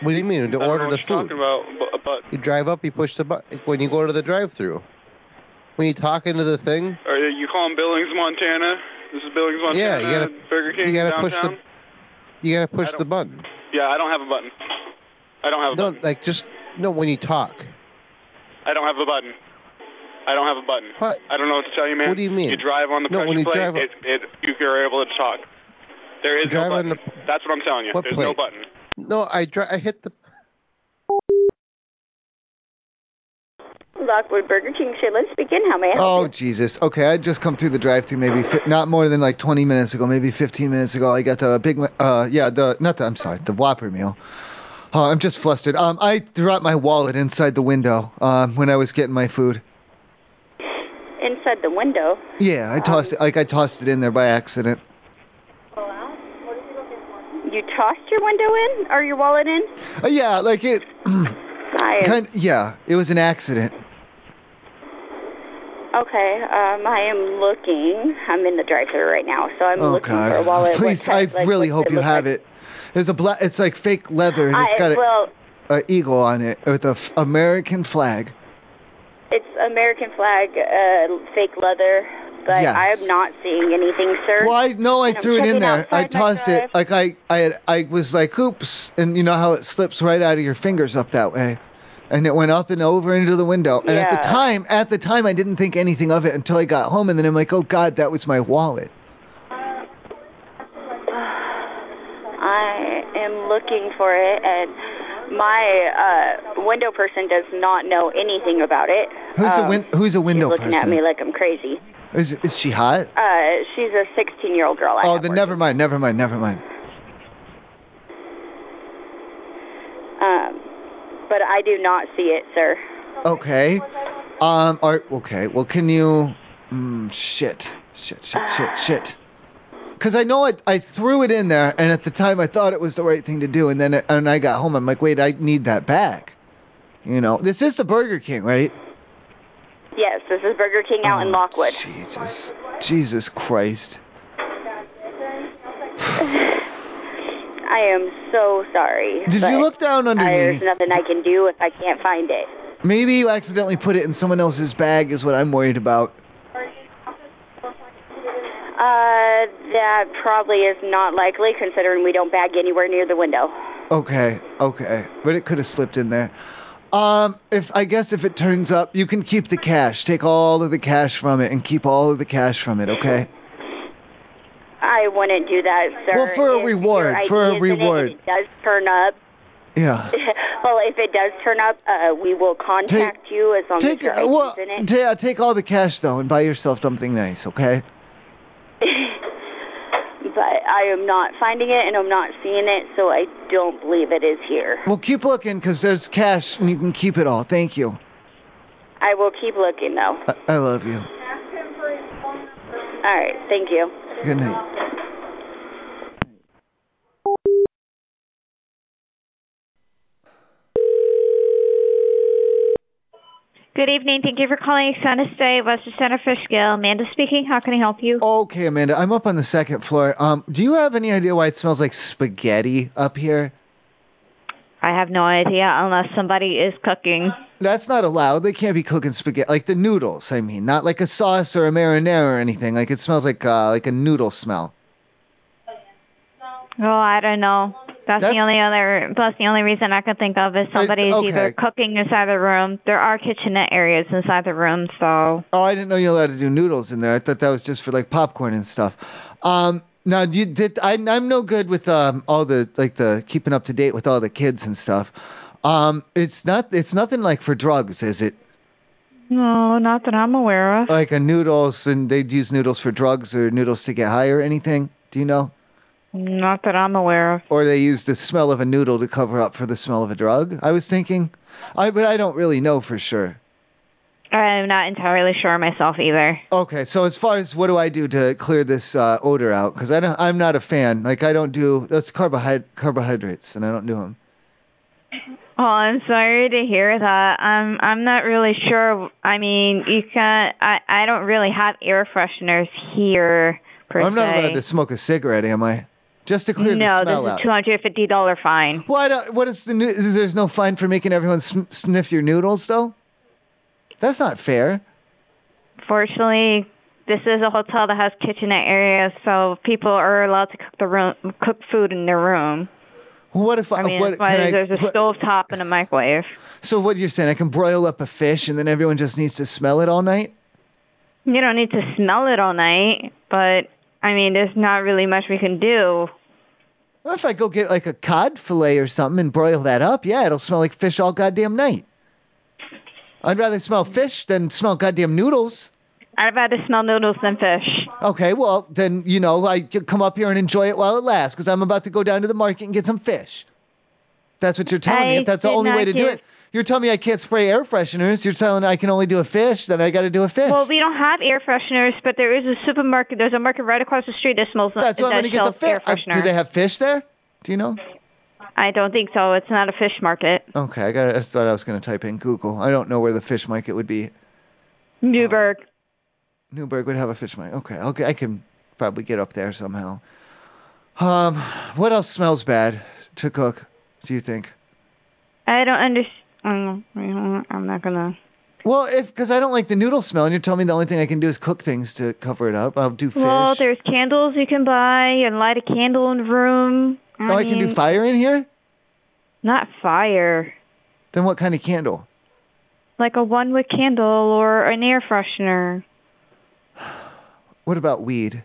What do you mean to
I don't know
order the
what you're
food?
talking about, bu- a button.
You drive up, you push the button when you go to the drive-through. When you talk into the thing,
Are you- you calling Billings, Montana? This is Billings, Montana.
Yeah, you gotta-
Burger King
you gotta push
downtown.
the you gotta push the button.
Yeah, I don't have a button. I don't have a
No, like just no when you talk.
I don't have a button. I don't have a button.
What?
I don't know what to tell you, man.
What do you mean?
You drive on the
No,
pressure
when you
plate,
drive-
it, it, you are able to talk. There is
Drive
no
on
button. That's what I'm telling you.
What
There's no
plate?
button.
No, I dri- I hit the
Lockwood Burger King, Shedlin speaking. How may I help
Oh Jesus. Okay, I just come through the drive-through maybe fi- not more than like 20 minutes ago, maybe 15 minutes ago. I got the big, Mac- uh, yeah, the not the I'm sorry, the Whopper meal. Oh, I'm just flustered. Um, I dropped my wallet inside the window um, when I was getting my food. Oh.
you? Inside the window.
Yeah, I tossed it like I tossed it in there by accident.
You tossed your window in or your wallet in?
Uh, yeah, like it. kind, yeah, it was an accident.
Okay. Um, I am looking. I'm in the drive-thru right now, so I'm
oh
looking
God.
for a wallet.
Please, I really hope you have it. There's a black. It's like fake leather, and it's
I-
got a,
well-
a eagle on it with a f- American flag.
It's American flag, uh, fake leather, but
Yes.
I am not seeing anything, sir.
Well, I no, I
And I'm
threw it in
checking
there. I
outside my
tossed it. Like I, I, had, I was like, oops, and you know how it slips right out of your fingers up that way, and it went up and over into the window. And at the
Yeah.
time, at the time, I didn't think anything of it until I got home, and then I'm like, oh God, that was my wallet.
I am looking for it, and my uh, window person does not know anything about it.
Who's
um,
a win- Who's a window
looking
Oh,
at
person?
me like I'm crazy.
Is is she hot?
Uh, she's a 16-year-old girl. I
oh, then never mind, never mind, never mind.
Um, but I do not see it, sir.
Okay. Um. Are, okay. Well, can you? Mm, shit. Shit. Shit. Shit. Shit. Cause I know I, I threw it in there, and at the time I thought it was the right thing to do, and then it, and I got home, I'm like, wait, I need that back. You know, this is the Burger King, right?
Yes, this is Burger King out in Lockwood.
Oh, Jesus. Jesus Christ.
I am so sorry.
Did you
but
look down
There's
underneath?
nothing I can do if I can't find it.
Maybe you accidentally put it in someone else's bag is what I'm worried about.
Uh, that probably is not likely, considering we don't bag anywhere near the window.
Okay, okay. But it could have slipped in there. Um, if I guess if it turns up, you can keep the cash. Take all of the cash from it and keep all of the cash from it, okay?
I wouldn't do that, sir.
Well, for a
If your
reward,
ID
for a
is in it and
reward.
It does turn up.
Yeah.
well, if it does turn up, uh, we will contact you as long
Take
as your ID
well,
is in it.
yeah, take all the cash though and buy yourself something nice, okay?
but I am not finding it, and I'm not seeing it, so I don't believe it is here.
Well, keep looking cuz there's cash and you can keep it all. Thank you.
I will keep looking, though.
I, I love you.
All right, thank you.
Good night.
Good evening. Thank you for calling Exana State, Western Center for Skill. Amanda speaking. How can I help you?
Okay, Amanda, I'm up on the second floor. Um, do you have any idea why it smells like spaghetti up here?
I have no idea unless somebody is cooking.
That's not allowed. They can't be cooking spaghetti like the noodles. I mean, not like a sauce or a marinara or anything. Like it smells like uh, like a noodle smell.
Oh, I don't know. That's, the only other. That's the only reason I can think of is somebody's
okay.
either cooking inside the room. There are kitchenette areas inside the room, so
Oh, I didn't know you're allowed to do noodles in there. I thought that was just for like popcorn and stuff. Um, now you did. I, I'm no good with um all the like the keeping up to date with all the kids and stuff. Um, it's not. It's nothing like for drugs, is it?
no, not that I'm aware of.
Like a noodles, and they'd use noodles for drugs or noodles to get high or anything. Do you know?
Not that I'm aware of.
Or they use the smell of a noodle to cover up for the smell of a drug. I was thinking, I but I don't really know for sure.
I'm not entirely sure myself either.
Okay, so as far as what do I do to clear this uh, odor out? Because I don't, I'm not a fan. Like I don't do that's carbohyd- carbohydrates, and I don't do them.
Oh, I'm sorry to hear that. I'm I'm not really sure. I mean, you can I I don't really have air fresheners here per
I'm not
se.
allowed to smoke a cigarette, am I? Just to clear the
no,
smell
this is
out.
two hundred fifty dollar fine.
Why don't, what is the new? is There's no fine for making everyone sn- sniff your noodles, though. That's not fair.
Fortunately, this is a hotel that has kitchenette areas, so people are allowed to cook the room cook food in their room.
What if
I mean,
what
that's why
can I-
there's a
what-
stove top and a microwave.
So what you're saying, I can broil up a fish, and then everyone just needs to smell it all night?
You don't need to smell it all night, but I mean, there's not really much we can do.
Well, if I go get like a cod fillet or something and broil that up, yeah, it'll smell like fish all goddamn night. I'd rather smell fish than smell goddamn noodles.
I'd rather smell noodles than fish.
Okay, well then you know I c- come up here and enjoy it while it lasts because I'm about to go down to the market and get some fish. That's what you're telling me.
I
If that's the
did
only
not
way to do
give-
it, you're telling me I can't spray air fresheners. You're telling I can only do a fish. Then I got to do a fish.
Well, we don't have air fresheners, but there is a supermarket. There's a market right across the street that smells
that's why I'm
that
gonna get
sells
the fish.
air freshener.
do they have fish there? Do you know?
I don't think so. It's not a fish market.
Okay, I got. I thought I was gonna type in Google. I don't know where the fish market would be.
Newburgh.
Newberg would have a fish market. Okay, okay, I can probably get up there somehow. Um, what else smells bad to cook? Do you think?
I don't understand. I'm not gonna.
Well, if because I don't like the noodle smell, and you're telling me the only thing I can do is cook things to cover it up. I'll do fish.
Well, there's candles you can buy and light a candle in the room. I
oh, I can do
mean,
fire in here.
Not fire.
Then what kind of candle?
Like a one wick candle or an air freshener.
What about weed?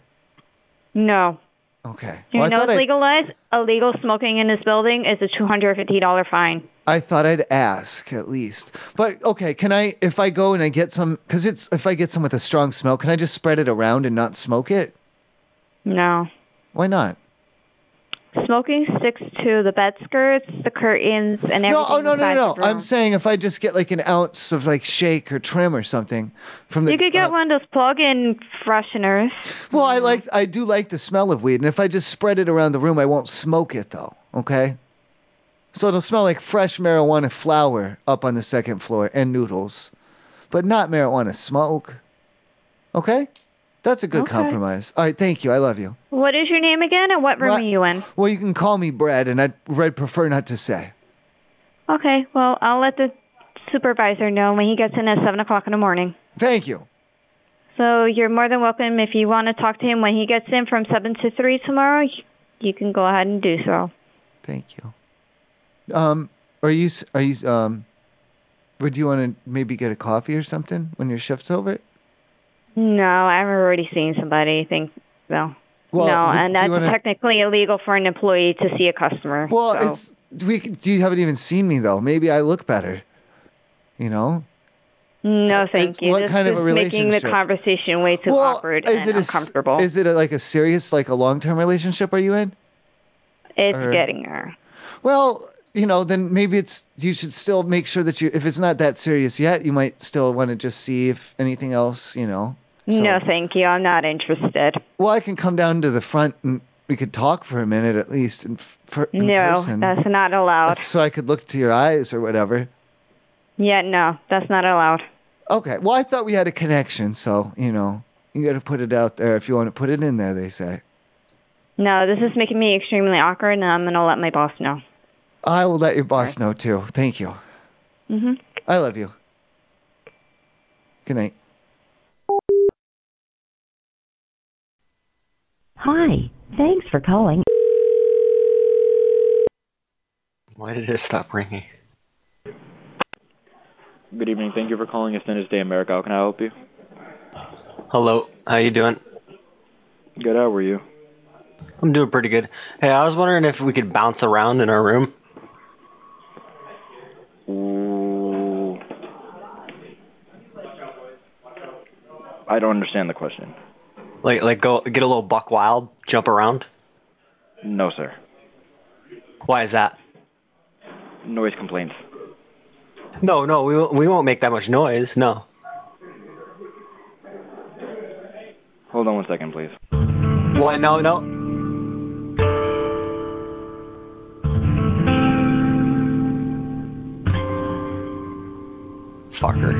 No.
Okay.
You
Well, I
know
thought
it's
I-
legalized. Illegal smoking in this building is a $250 fine.
I thought I'd ask at least. But okay, can I if I go and I get some cuz it's if I get some with a strong smell, can I just spread it around and not smoke it?
No.
Why not?
Smoking sticks to the bed skirts, the curtains, and everything.
no, oh no, no,
inside
no,
the
no.
room.
I'm saying if I just get like an ounce of like shake or trim or something from the
you could get one of those plug-in fresheners.
Well, I like I do like the smell of weed, and if I just spread it around the room, I won't smoke it though, okay? So it'll smell like fresh marijuana flower up on the second floor and noodles, but not marijuana smoke. Okay? That's a good
Okay.
compromise. All right, thank you. I love you.
What is your name again, and what room
What-
are you in?
Well, you can call me Brad, and I'd, I'd prefer not to say.
Okay, well, I'll let the supervisor know when he gets in at 7 o'clock in the morning.
Thank you.
So you're more than welcome if you want to talk to him when he gets in from 7 to 3 tomorrow. y- You can go ahead and do so.
Thank you. Um, are you s- are you s- um, would you want to maybe get a coffee or something when your shift's over?
No, I've already seen somebody. Think so. no,
Well, would-
and
do
that's
you wanna-
technically illegal for an employee to see a customer.
Well,
so.
it's we. c- You haven't even seen me though. Maybe I look better. You know.
no, thank you.
what
this
kind
is
of a
making the
relationship?
conversation way too
well,
awkward
is
and
it a s-
uncomfortable.
Is it a, like a serious, like a long-term relationship? Are you in?
it's
or-
getting there.
Well, you know, then maybe it's you should still make sure that you, if it's not that serious yet, you might still want to just see if anything else, you know.
no, thank you. I'm not interested.
Well, I can come down to the front and we could talk for a minute at least in, f- for, in
no,
person.
that's not allowed.
so I could look to your eyes or whatever.
Yeah, no, that's not allowed.
Okay. Well, I thought we had a connection, so you know, you got to put it out there if you want to put it in there. They say.
No, this is making me extremely awkward, and I'm gonna let my boss know.
I will let your boss know too. Thank you.
hmm
I love you. Good night.
Hi, thanks for calling.
Why did it stop ringing?
Good evening. Thank you for calling Extended Stay America. How can I help you?
Hello, how you doing?
Good. How are you?
I'm doing pretty good. Hey, I was wondering if we could bounce around in our room.
Ooh. I don't understand the question.
Like like go get a little buck wild, jump around.
No, sir.
Why is that?
Noise complaints.
No, no, we won't- we won't make that much noise. No.
Hold on one second, please.
Why no, no. Fucker.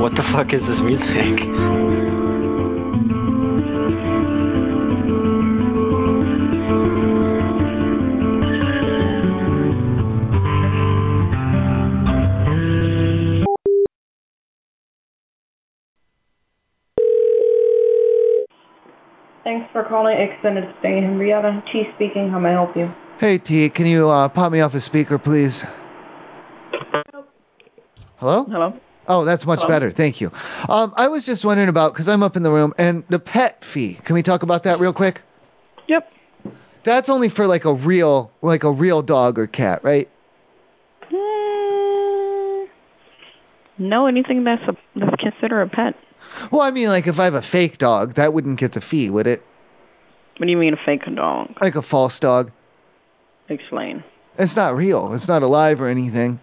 What the fuck is this music?
Thanks for calling Extended Stay Henrietta. T speaking. How may I help you?
Hey T, can you uh, pop me off a speaker, please? Hello.
Hello.
Oh, that's much better. Thank you. Um, I was just wondering about because I'm up in the room and the pet fee. Can we talk about that real quick?
Yep.
That's only for like a real like a real dog or cat, right?
No, anything that's a, that's considered a pet.
Well, I mean, like if I have a fake dog, that wouldn't get the fee, would it?
What do you mean a fake dog?
Like a false dog.
Explain.
It's not real. It's not alive or anything.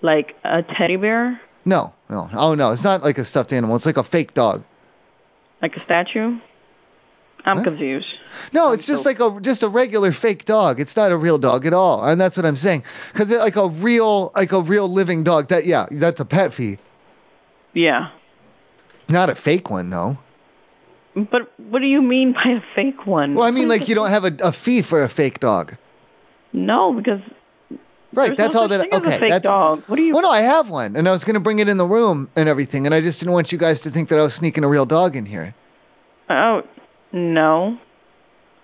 Like a teddy bear,
No, no. Oh no, it's not like a stuffed animal. It's like a fake dog.
like a statue. I'm confused.
No, it's just like a just a regular fake dog. It's not a real dog at all, and that's what I'm saying. Cause it, like a real like a real living dog. That yeah, that's a pet fee.
Yeah.
Not a fake one though.
But what do you mean by a fake one?
Well, I mean like you don't have a, a fee for a fake dog.
No, because
Right,
There's
that's
no
all
such
that.
thing as a
okay,
fake
that's.
dog. What do you?
Well, no, I have one, and I was gonna bring it in the room and everything, and I just didn't want you guys to think that I was sneaking a real dog in here.
oh no,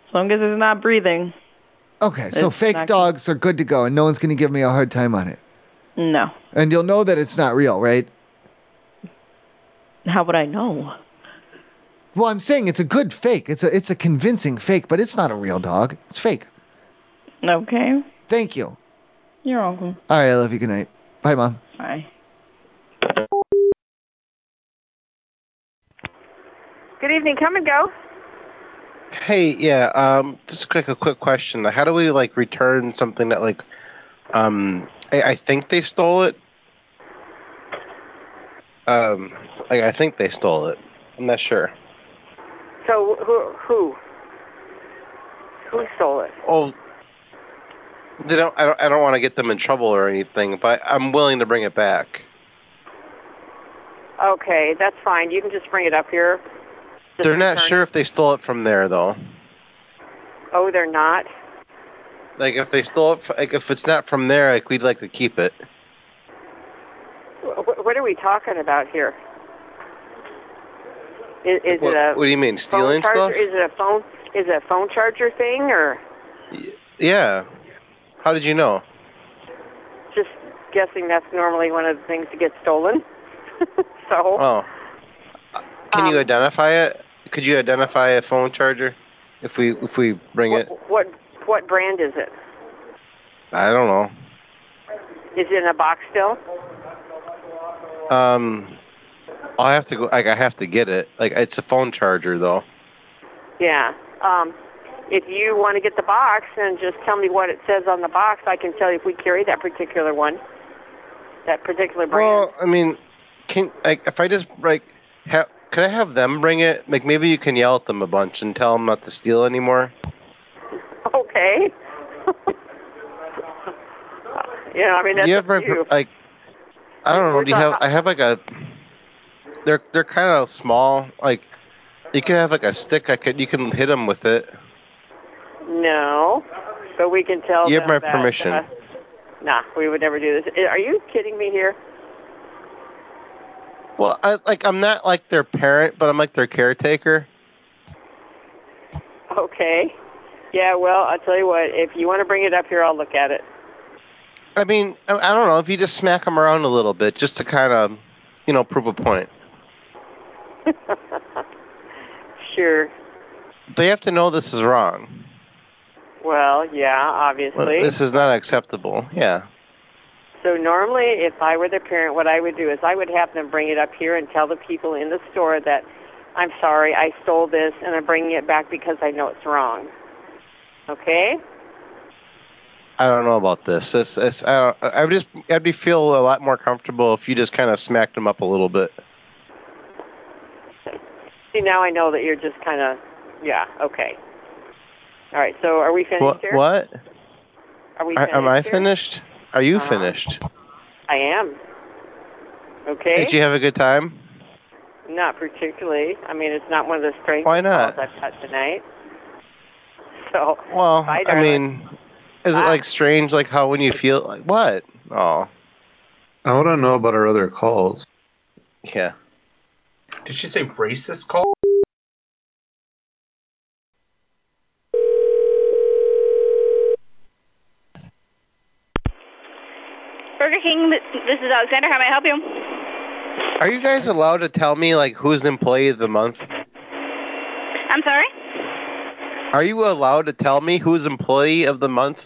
as long as it's not breathing,
Okay, so
It's
fake
not-
dogs are good to go, and no one's gonna give me a hard time on it.
no.
And you'll know that it's not real, right?
How would I know?
Well, I'm saying it's a good fake. It's a it's a convincing fake, but it's not a real dog. It's fake.
Okay,
Thank you.
you're welcome.
All right, I love you. Good night. Bye, mom.
Bye.
Good evening. Come and go.
Hey, yeah. Um, just quick, a quick question. How do we like return something that like, um, I, I think they stole it. Um, like I think they stole it. I'm not sure.
So who who who stole it?
Oh, they don't. I don't. I don't want to get them in trouble or anything, but I'm willing to bring it back.
Okay, that's fine. You can just bring it up here.
They're not sure if they stole it from there though.
Oh, they're not.
Like if they stole it, f- like if it's not from there, like we'd like to keep it.
What, what are we talking about here? Is, is
what,
it a
what do you mean,
phone
stealing
charger?
stuff?
Is it a phone? Is it a phone charger thing or
Yeah. How did you know?
just guessing? That's normally one of the things that gets stolen. so
Oh.
Um,
Can you identify it? Could you identify a phone charger if we if we bring it?
what what brand is it?
I don't know.
Is it in a box still?
Um I have to go like I have to get it. Like it's a phone charger though.
Yeah. Um, if you want to get the box, then just tell me what it says on the box. I can tell you if we carry that particular one, that particular brand.
Well, I mean, can like if I just like ha- could I have them bring it? Like maybe you can yell at them a bunch and tell them not to steal anymore.
okay. you know, I mean, that's
do you have
up
my
to you.
like I don't know. Do you
Where's
have?
our-
I have like a. They're they're kind of small. Like you could have like a stick. I could you can hit them with it.
No, but we can tell.
You have
them
my
that,
permission.
uh, nah, we would never do this. Eh, Are you kidding me here?
Well, I like I'm not like their parent, but I'm like their caretaker.
Okay. Yeah. Well, I'll tell you what. If you want to bring it up here, I'll look at it.
I mean, I, I don't know if you just smack them around a little bit just to kind of, you know, prove a point.
Sure.
They have to know this is wrong.
Well, yeah, obviously.
This is not acceptable. Yeah.
So normally, if I were the parent, what I would do is I would have them bring it up here and tell the people in the store that I'm sorry, I stole this, and I'm bringing it back because I know it's wrong. Okay?
I don't know about this. This, this I don't. I would just, I'd be feel a lot more comfortable if you just kind of smacked them up a little bit.
See, now I know that you're just kind of, yeah, okay. All right. So are we finished
What?
here?
What?
Are we
I,
finished
am I
here?
finished? Are you
Uh-huh.
finished?
I am. Okay.
Did you have a good time?
Not particularly. I mean, it's not one of the strength
Why not?
calls I've got tonight. So.
Well,
bye,
I
darling.
mean, is it like strange, like how when you feel like what? Oh,
I want to know about our other calls.
Yeah.
Did she say racist call?
Burger King, th- this is Alexander. How may I help you?
Are you guys allowed to tell me like who's the employee of the month?
I'm sorry?
Are you allowed to tell me who's employee of the month?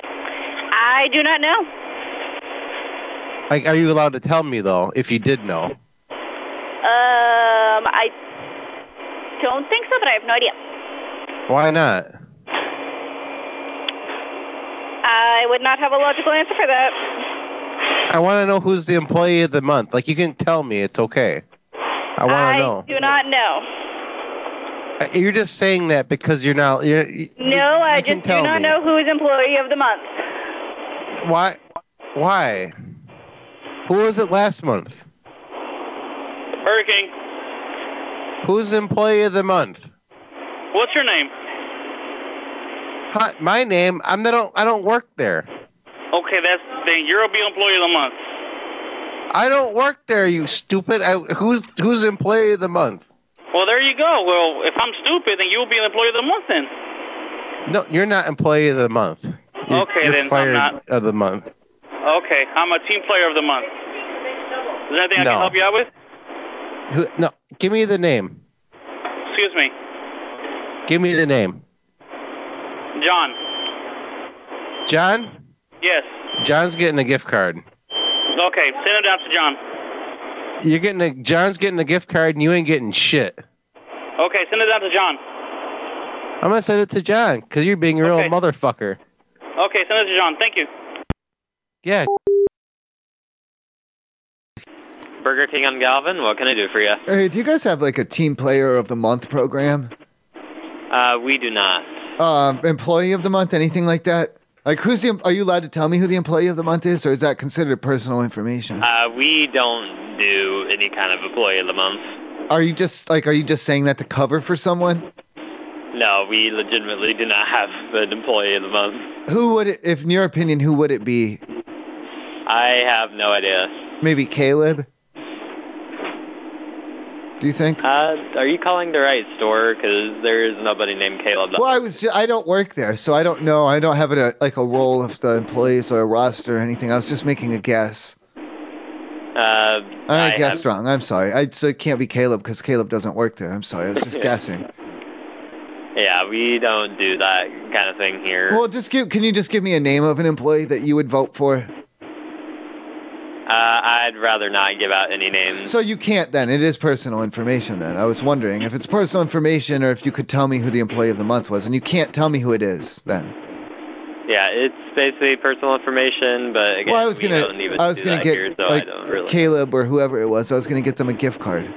I do not know.
Like, are you allowed to tell me though? If you did know,
Um, I don't think so, but I have no idea.
why not?
I would not have a logical answer for that.
I want to know who's the employee of the month. Like, you can tell me. It's okay. I want to know.
Do not know.
Uh, You're just saying that because you're not. You're, you-
No, I
can
just do
tell
not
me.
know who is employee of the month.
why? Why? Who was it last month?
Hurricane,
Who's the employee of the month?
what's your name?
Hi, my name. I'm. I don't. I don't work there.
Okay, that's then you'll be employee of the month.
I don't work there. You stupid. I, who's who's employee of the month?
Well, there you go. Well, if I'm stupid, then you'll be an employee of the month then.
No, you're not employee of the month. You're,
Okay,
you're
then I'm
fired
not.
of the month.
Okay, I'm a team player of the month. Is there anything I
No.
can help you out with?
Who, no, give me the name.
Excuse me,
Give me the name.
John.
John.
Yes.
John's getting a gift card.
Okay, send it out to John.
You're getting a John's getting a gift card and you ain't getting shit.
Okay, send it out to John.
I'm gonna send it to John because you're being a real motherfucker.
Okay, send it to John. Thank you.
Yeah.
Burger King on Galvin, what can I do for you?
Hey, do you guys have like a team player of the month program?
Uh, we do not.
Um, employee of the month, anything like that? Like, who's the? Are you allowed to tell me who the employee of the month is, or is that considered personal information?
Uh, we don't do any kind of employee of the month.
Are you just like, are you just saying that to cover for someone?
No, we legitimately do not have an employee of the month.
Who would it, if in your opinion, who would it be?
I have no idea.
Maybe Caleb. Do you think?
Uh, are you calling the right store? Because there is nobody named Caleb.
Well, I was. Just, I don't work there, so I don't know. I don't have it a, like a role of the employees or a roster or anything. I was just making a guess.
Uh,
I,
I
guessed
have-
wrong. I'm sorry. I so it can't be Caleb because Caleb doesn't work there. I'm sorry. I was just guessing.
Yeah, we don't do that kind of thing here.
Well, just give. Can you just give me a name of an employee that you would vote for?
Uh, I'd rather not give out any names.
So you can't then. It is personal information then. I was wondering if it's personal information or if you could tell me who the employee of the month was, and you can't tell me who it is then.
Yeah, it's basically personal information, but again,
well, I was
we
gonna.
don't even
I was
do
gonna
that
get
here, so
like
I don't really.
Caleb or whoever it was. I was gonna get them a gift card
Uh,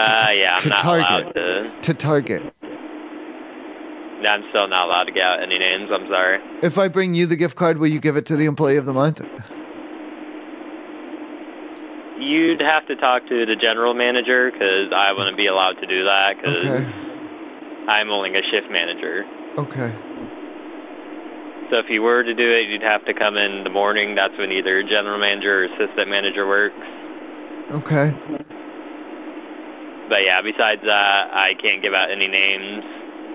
yeah, I'm
to
not allowed
Target.
to.
to Target.
No, I'm still not allowed to give out any names. I'm sorry.
If I bring you the gift card, will you give it to the employee of the month?
Uh, You'd have to talk to the general manager 'cause I wouldn't be allowed to do that 'cause I'm only a shift manager.
Okay.
So if you were to do it, you'd have to come in the morning. That's when either general manager or assistant manager works.
Okay.
But yeah, besides that, I can't give out any names.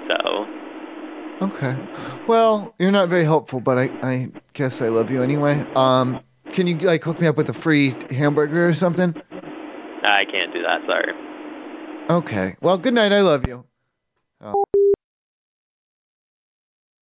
So
Okay. Well, you're not very helpful, but I, I guess I love you anyway. Um, can you like hook me up with a free hamburger or something?
I can't do that. Sorry.
Okay. Well, good night. I love you. Oh.